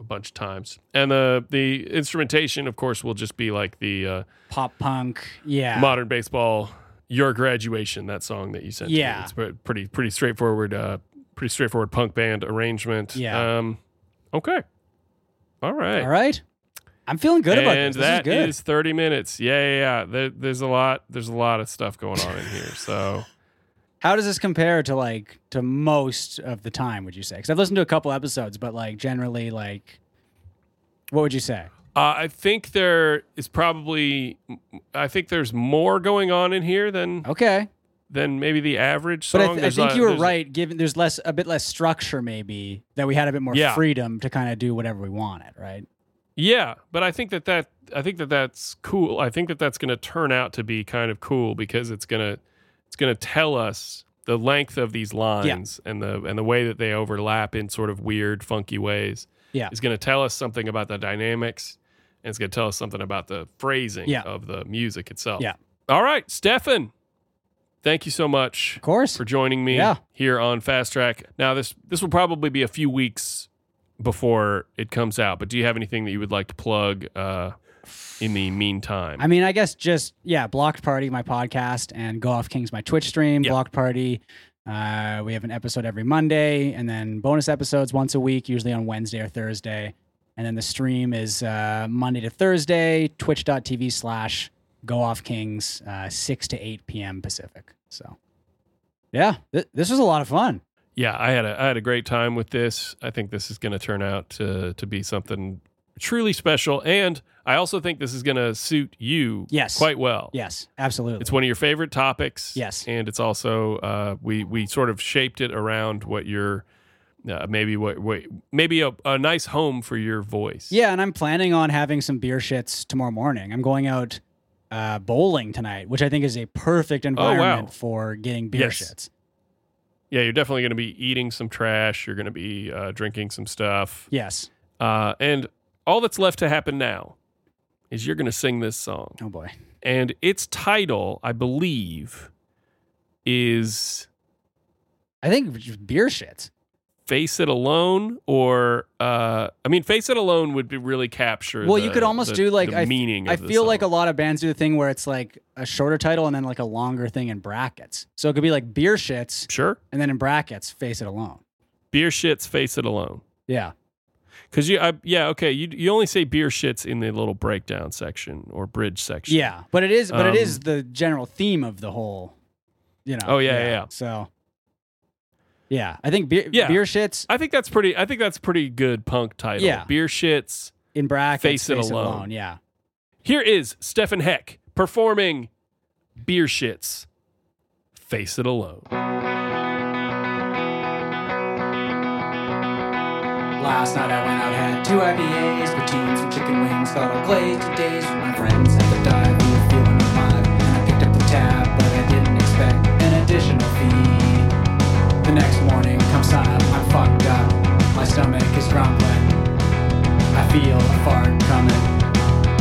Speaker 1: a bunch of times, and the the instrumentation, of course, will just be like the uh,
Speaker 2: Pop punk. Yeah.
Speaker 1: modern baseball. Your graduation, that song that you sent. to me.
Speaker 2: Yeah.
Speaker 1: it's pre- pretty pretty straightforward. Uh, pretty straightforward punk band arrangement.
Speaker 2: Yeah.
Speaker 1: Um, okay. All right.
Speaker 2: All right. I'm feeling good about
Speaker 1: and
Speaker 2: this. This is
Speaker 1: that
Speaker 2: good.
Speaker 1: is 30 minutes. Yeah, yeah, yeah. There, there's a lot. There's a lot of stuff going on in here. So
Speaker 2: How does this compare to like to most of the time? Would you say? Because I've listened to a couple episodes, but like generally, like what would you say?
Speaker 1: uh, I think there is probably. I think there's more going on in here than
Speaker 2: Okay,
Speaker 1: than maybe the average song.
Speaker 2: but I, th- I
Speaker 1: There's
Speaker 2: think
Speaker 1: a-
Speaker 2: you were
Speaker 1: there's a-
Speaker 2: right. Given there's less, a bit less structure, maybe that we had a bit more
Speaker 1: Yeah.
Speaker 2: freedom to kind of do whatever we wanted, right?
Speaker 1: Yeah, but I think that that I think that that's cool. I think that that's going to turn out to be kind of cool because it's gonna it's gonna tell us the length of these lines and the and the way that they overlap in sort of weird, funky ways.
Speaker 2: Yeah.
Speaker 1: it's going to tell us something about the dynamics, and it's going to tell us something about the phrasing
Speaker 2: Yeah.
Speaker 1: of the music itself.
Speaker 2: Yeah.
Speaker 1: All right, Stefan, thank you so much
Speaker 2: Of course.
Speaker 1: for joining me
Speaker 2: Yeah.
Speaker 1: here on Fast Track. Now this this will probably be a few weeks before it comes out, but do you have anything that you would like to plug uh, in the meantime?
Speaker 2: I mean, I guess just yeah, Blocked Party, my podcast, and Go Off Kings, my Twitch stream.
Speaker 1: Yeah.
Speaker 2: Blocked Party. Uh, we have an episode every Monday, and then bonus episodes once a week, usually on Wednesday or Thursday. And then the stream is uh, Monday to Thursday, twitch.tv slash Go Off Kings, uh, 6 to 8 p.m. Pacific. So, yeah, th- this was a lot of fun.
Speaker 1: yeah, I had a I had a great time with this. I think this is going to turn out to to be something truly special, and I also think this is going to suit you
Speaker 2: Yes.
Speaker 1: quite well.
Speaker 2: Yes, absolutely.
Speaker 1: It's one of your favorite topics.
Speaker 2: Yes.
Speaker 1: and it's also uh, we we sort of shaped it around what your uh, maybe what, what maybe a, a nice home for your voice.
Speaker 2: Yeah, and I'm planning on having some beer shits tomorrow morning. I'm going out uh, bowling tonight, which I think is a perfect
Speaker 1: Oh, wow.
Speaker 2: environment for getting beer
Speaker 1: Yes.
Speaker 2: shits.
Speaker 1: Yeah, you're definitely going to be eating some trash. You're going to be uh, drinking some stuff.
Speaker 2: Yes.
Speaker 1: Uh, and all that's left to happen now is you're going to sing this song.
Speaker 2: Oh boy.
Speaker 1: And its title, I believe, is
Speaker 2: I think just beer shits.
Speaker 1: Face It Alone or, uh, I mean, Face It Alone would be really capture.
Speaker 2: Well,
Speaker 1: the-
Speaker 2: you could almost
Speaker 1: the-
Speaker 2: do like
Speaker 1: the
Speaker 2: I,
Speaker 1: meaning.
Speaker 2: I
Speaker 1: of the
Speaker 2: feel like a
Speaker 1: song.
Speaker 2: lot of bands do the thing where it's like a shorter title and then like a longer thing in brackets. So it could be like beer shits
Speaker 1: sure
Speaker 2: and then in brackets, face it alone.
Speaker 1: beer shits. Face It Alone.
Speaker 2: Yeah.
Speaker 1: Because you, I, yeah, okay. You you only say beer shits in the little breakdown section or bridge section.
Speaker 3: Yeah, but it is, but it is
Speaker 1: Um,
Speaker 3: the general theme of the whole. You know.
Speaker 1: Oh, yeah, yeah, yeah.
Speaker 3: So. Yeah, I think beer,
Speaker 1: Yeah.
Speaker 3: beer shits
Speaker 1: I think that's pretty. I think that's pretty good punk title.
Speaker 3: Yeah.
Speaker 1: Beer shits.
Speaker 3: in brackets.
Speaker 1: Face It Alone.
Speaker 3: Yeah.
Speaker 1: Here is Stefan Heck performing beer shits. Face it alone.
Speaker 2: Last night I went out, had two IPAs, poutine, some chicken wings, thought I'll play today's with my friends at the dive, we were feeling alive. And I picked up the tab, but I didn't expect an additional fee. The next morning comes time, I'm fucked up, my stomach is grumbling. I feel a fart coming,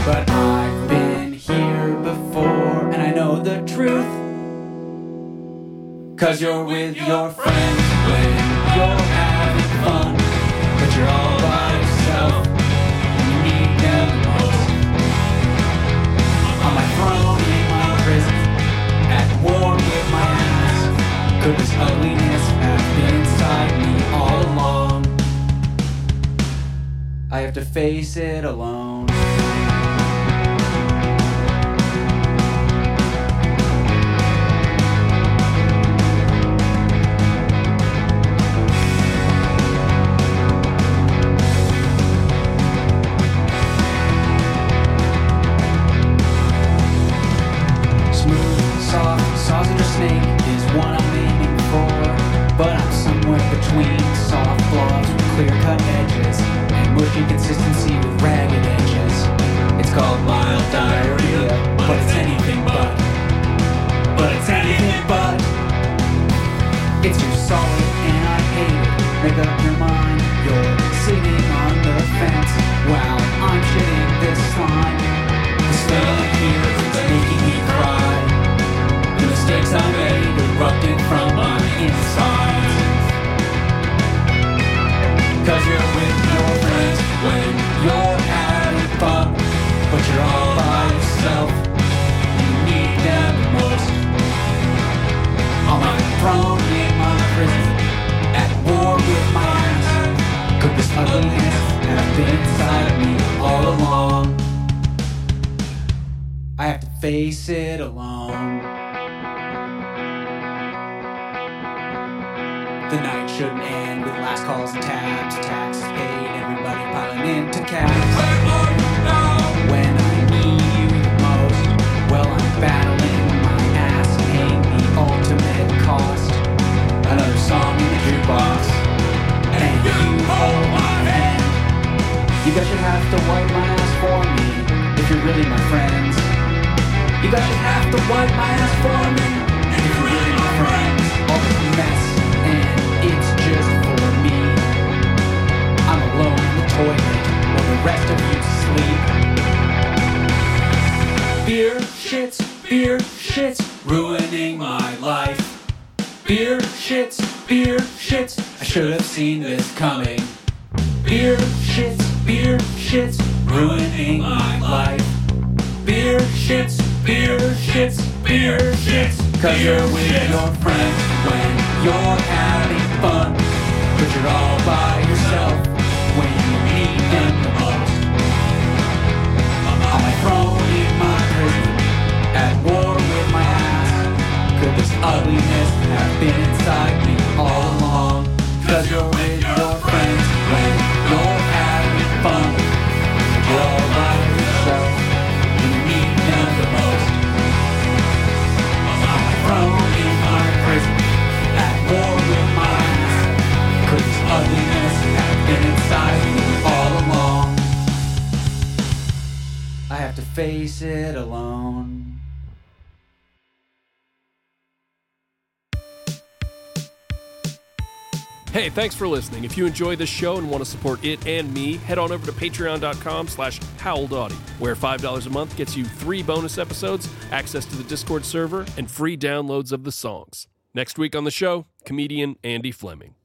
Speaker 2: but I've been here before, and I know the truth. Cause you're with your friends when you're having fun. But you're all by yourself and you need them the most. On my throne in my prison, at war with my ass. Could this ugliness have been inside me all along? I have to face it alone. Smooth, soft, sausage or snake is what I'm aiming for. But I'm somewhere between soft blobs with clear cut edges and mushy consistency with ragged edges. It's called mild diarrhea, but it's anything but. But it's anything but. It's too solid and I hate it. Make up your mind, you're sitting on the fence. Wow, I'm shitting this slime. The stuff here is making me cry. The mistakes I made erupted from my insides. Cause you're with your friends when you're having fun. But you're all by yourself. You need them the most on my throne in my prison, at war with my ass. Could this ugliness have been inside of me all along? I have to face it alone. The night shouldn't end with last calls and tabs, taxes paid, everybody piling into cabs. When I need you the most, well I'm battling my ass, paying the ultimate cost. Another song in the jukebox, and you hold my hand. You guys should have to wipe my ass for me if you're really my friends. You guys should have to wipe my ass for me if you're really my friends. All this mess, and it's just for me. I'm alone in the toilet while the rest of you sleep. Beer shits, beer shits, ruining my life. Beer shits, beer shits, I should have seen this coming. Beer shits, beer shits, ruining my life. Beer shits, beer shits, beer shits. Cause you're with your friends when you're having fun. But you're all by yourself when you need them the most. On my throne in my prison, at war with my ass. Could this ugliness have been inside me all along? Cause you're with your friends when you're having fun. You're all by yourself, you need them the most. On my throne in my prison, at war with my ass. Could this ugliness have been inside me all along? I have to face it alone.
Speaker 1: Hey, thanks for listening. If you enjoy this show and want to support it and me, head on over to patreon.com slash howldaughty, where $5 a month gets you three bonus episodes, access to the Discord server, and free downloads of the songs. Next week on the show, comedian Andy Fleming.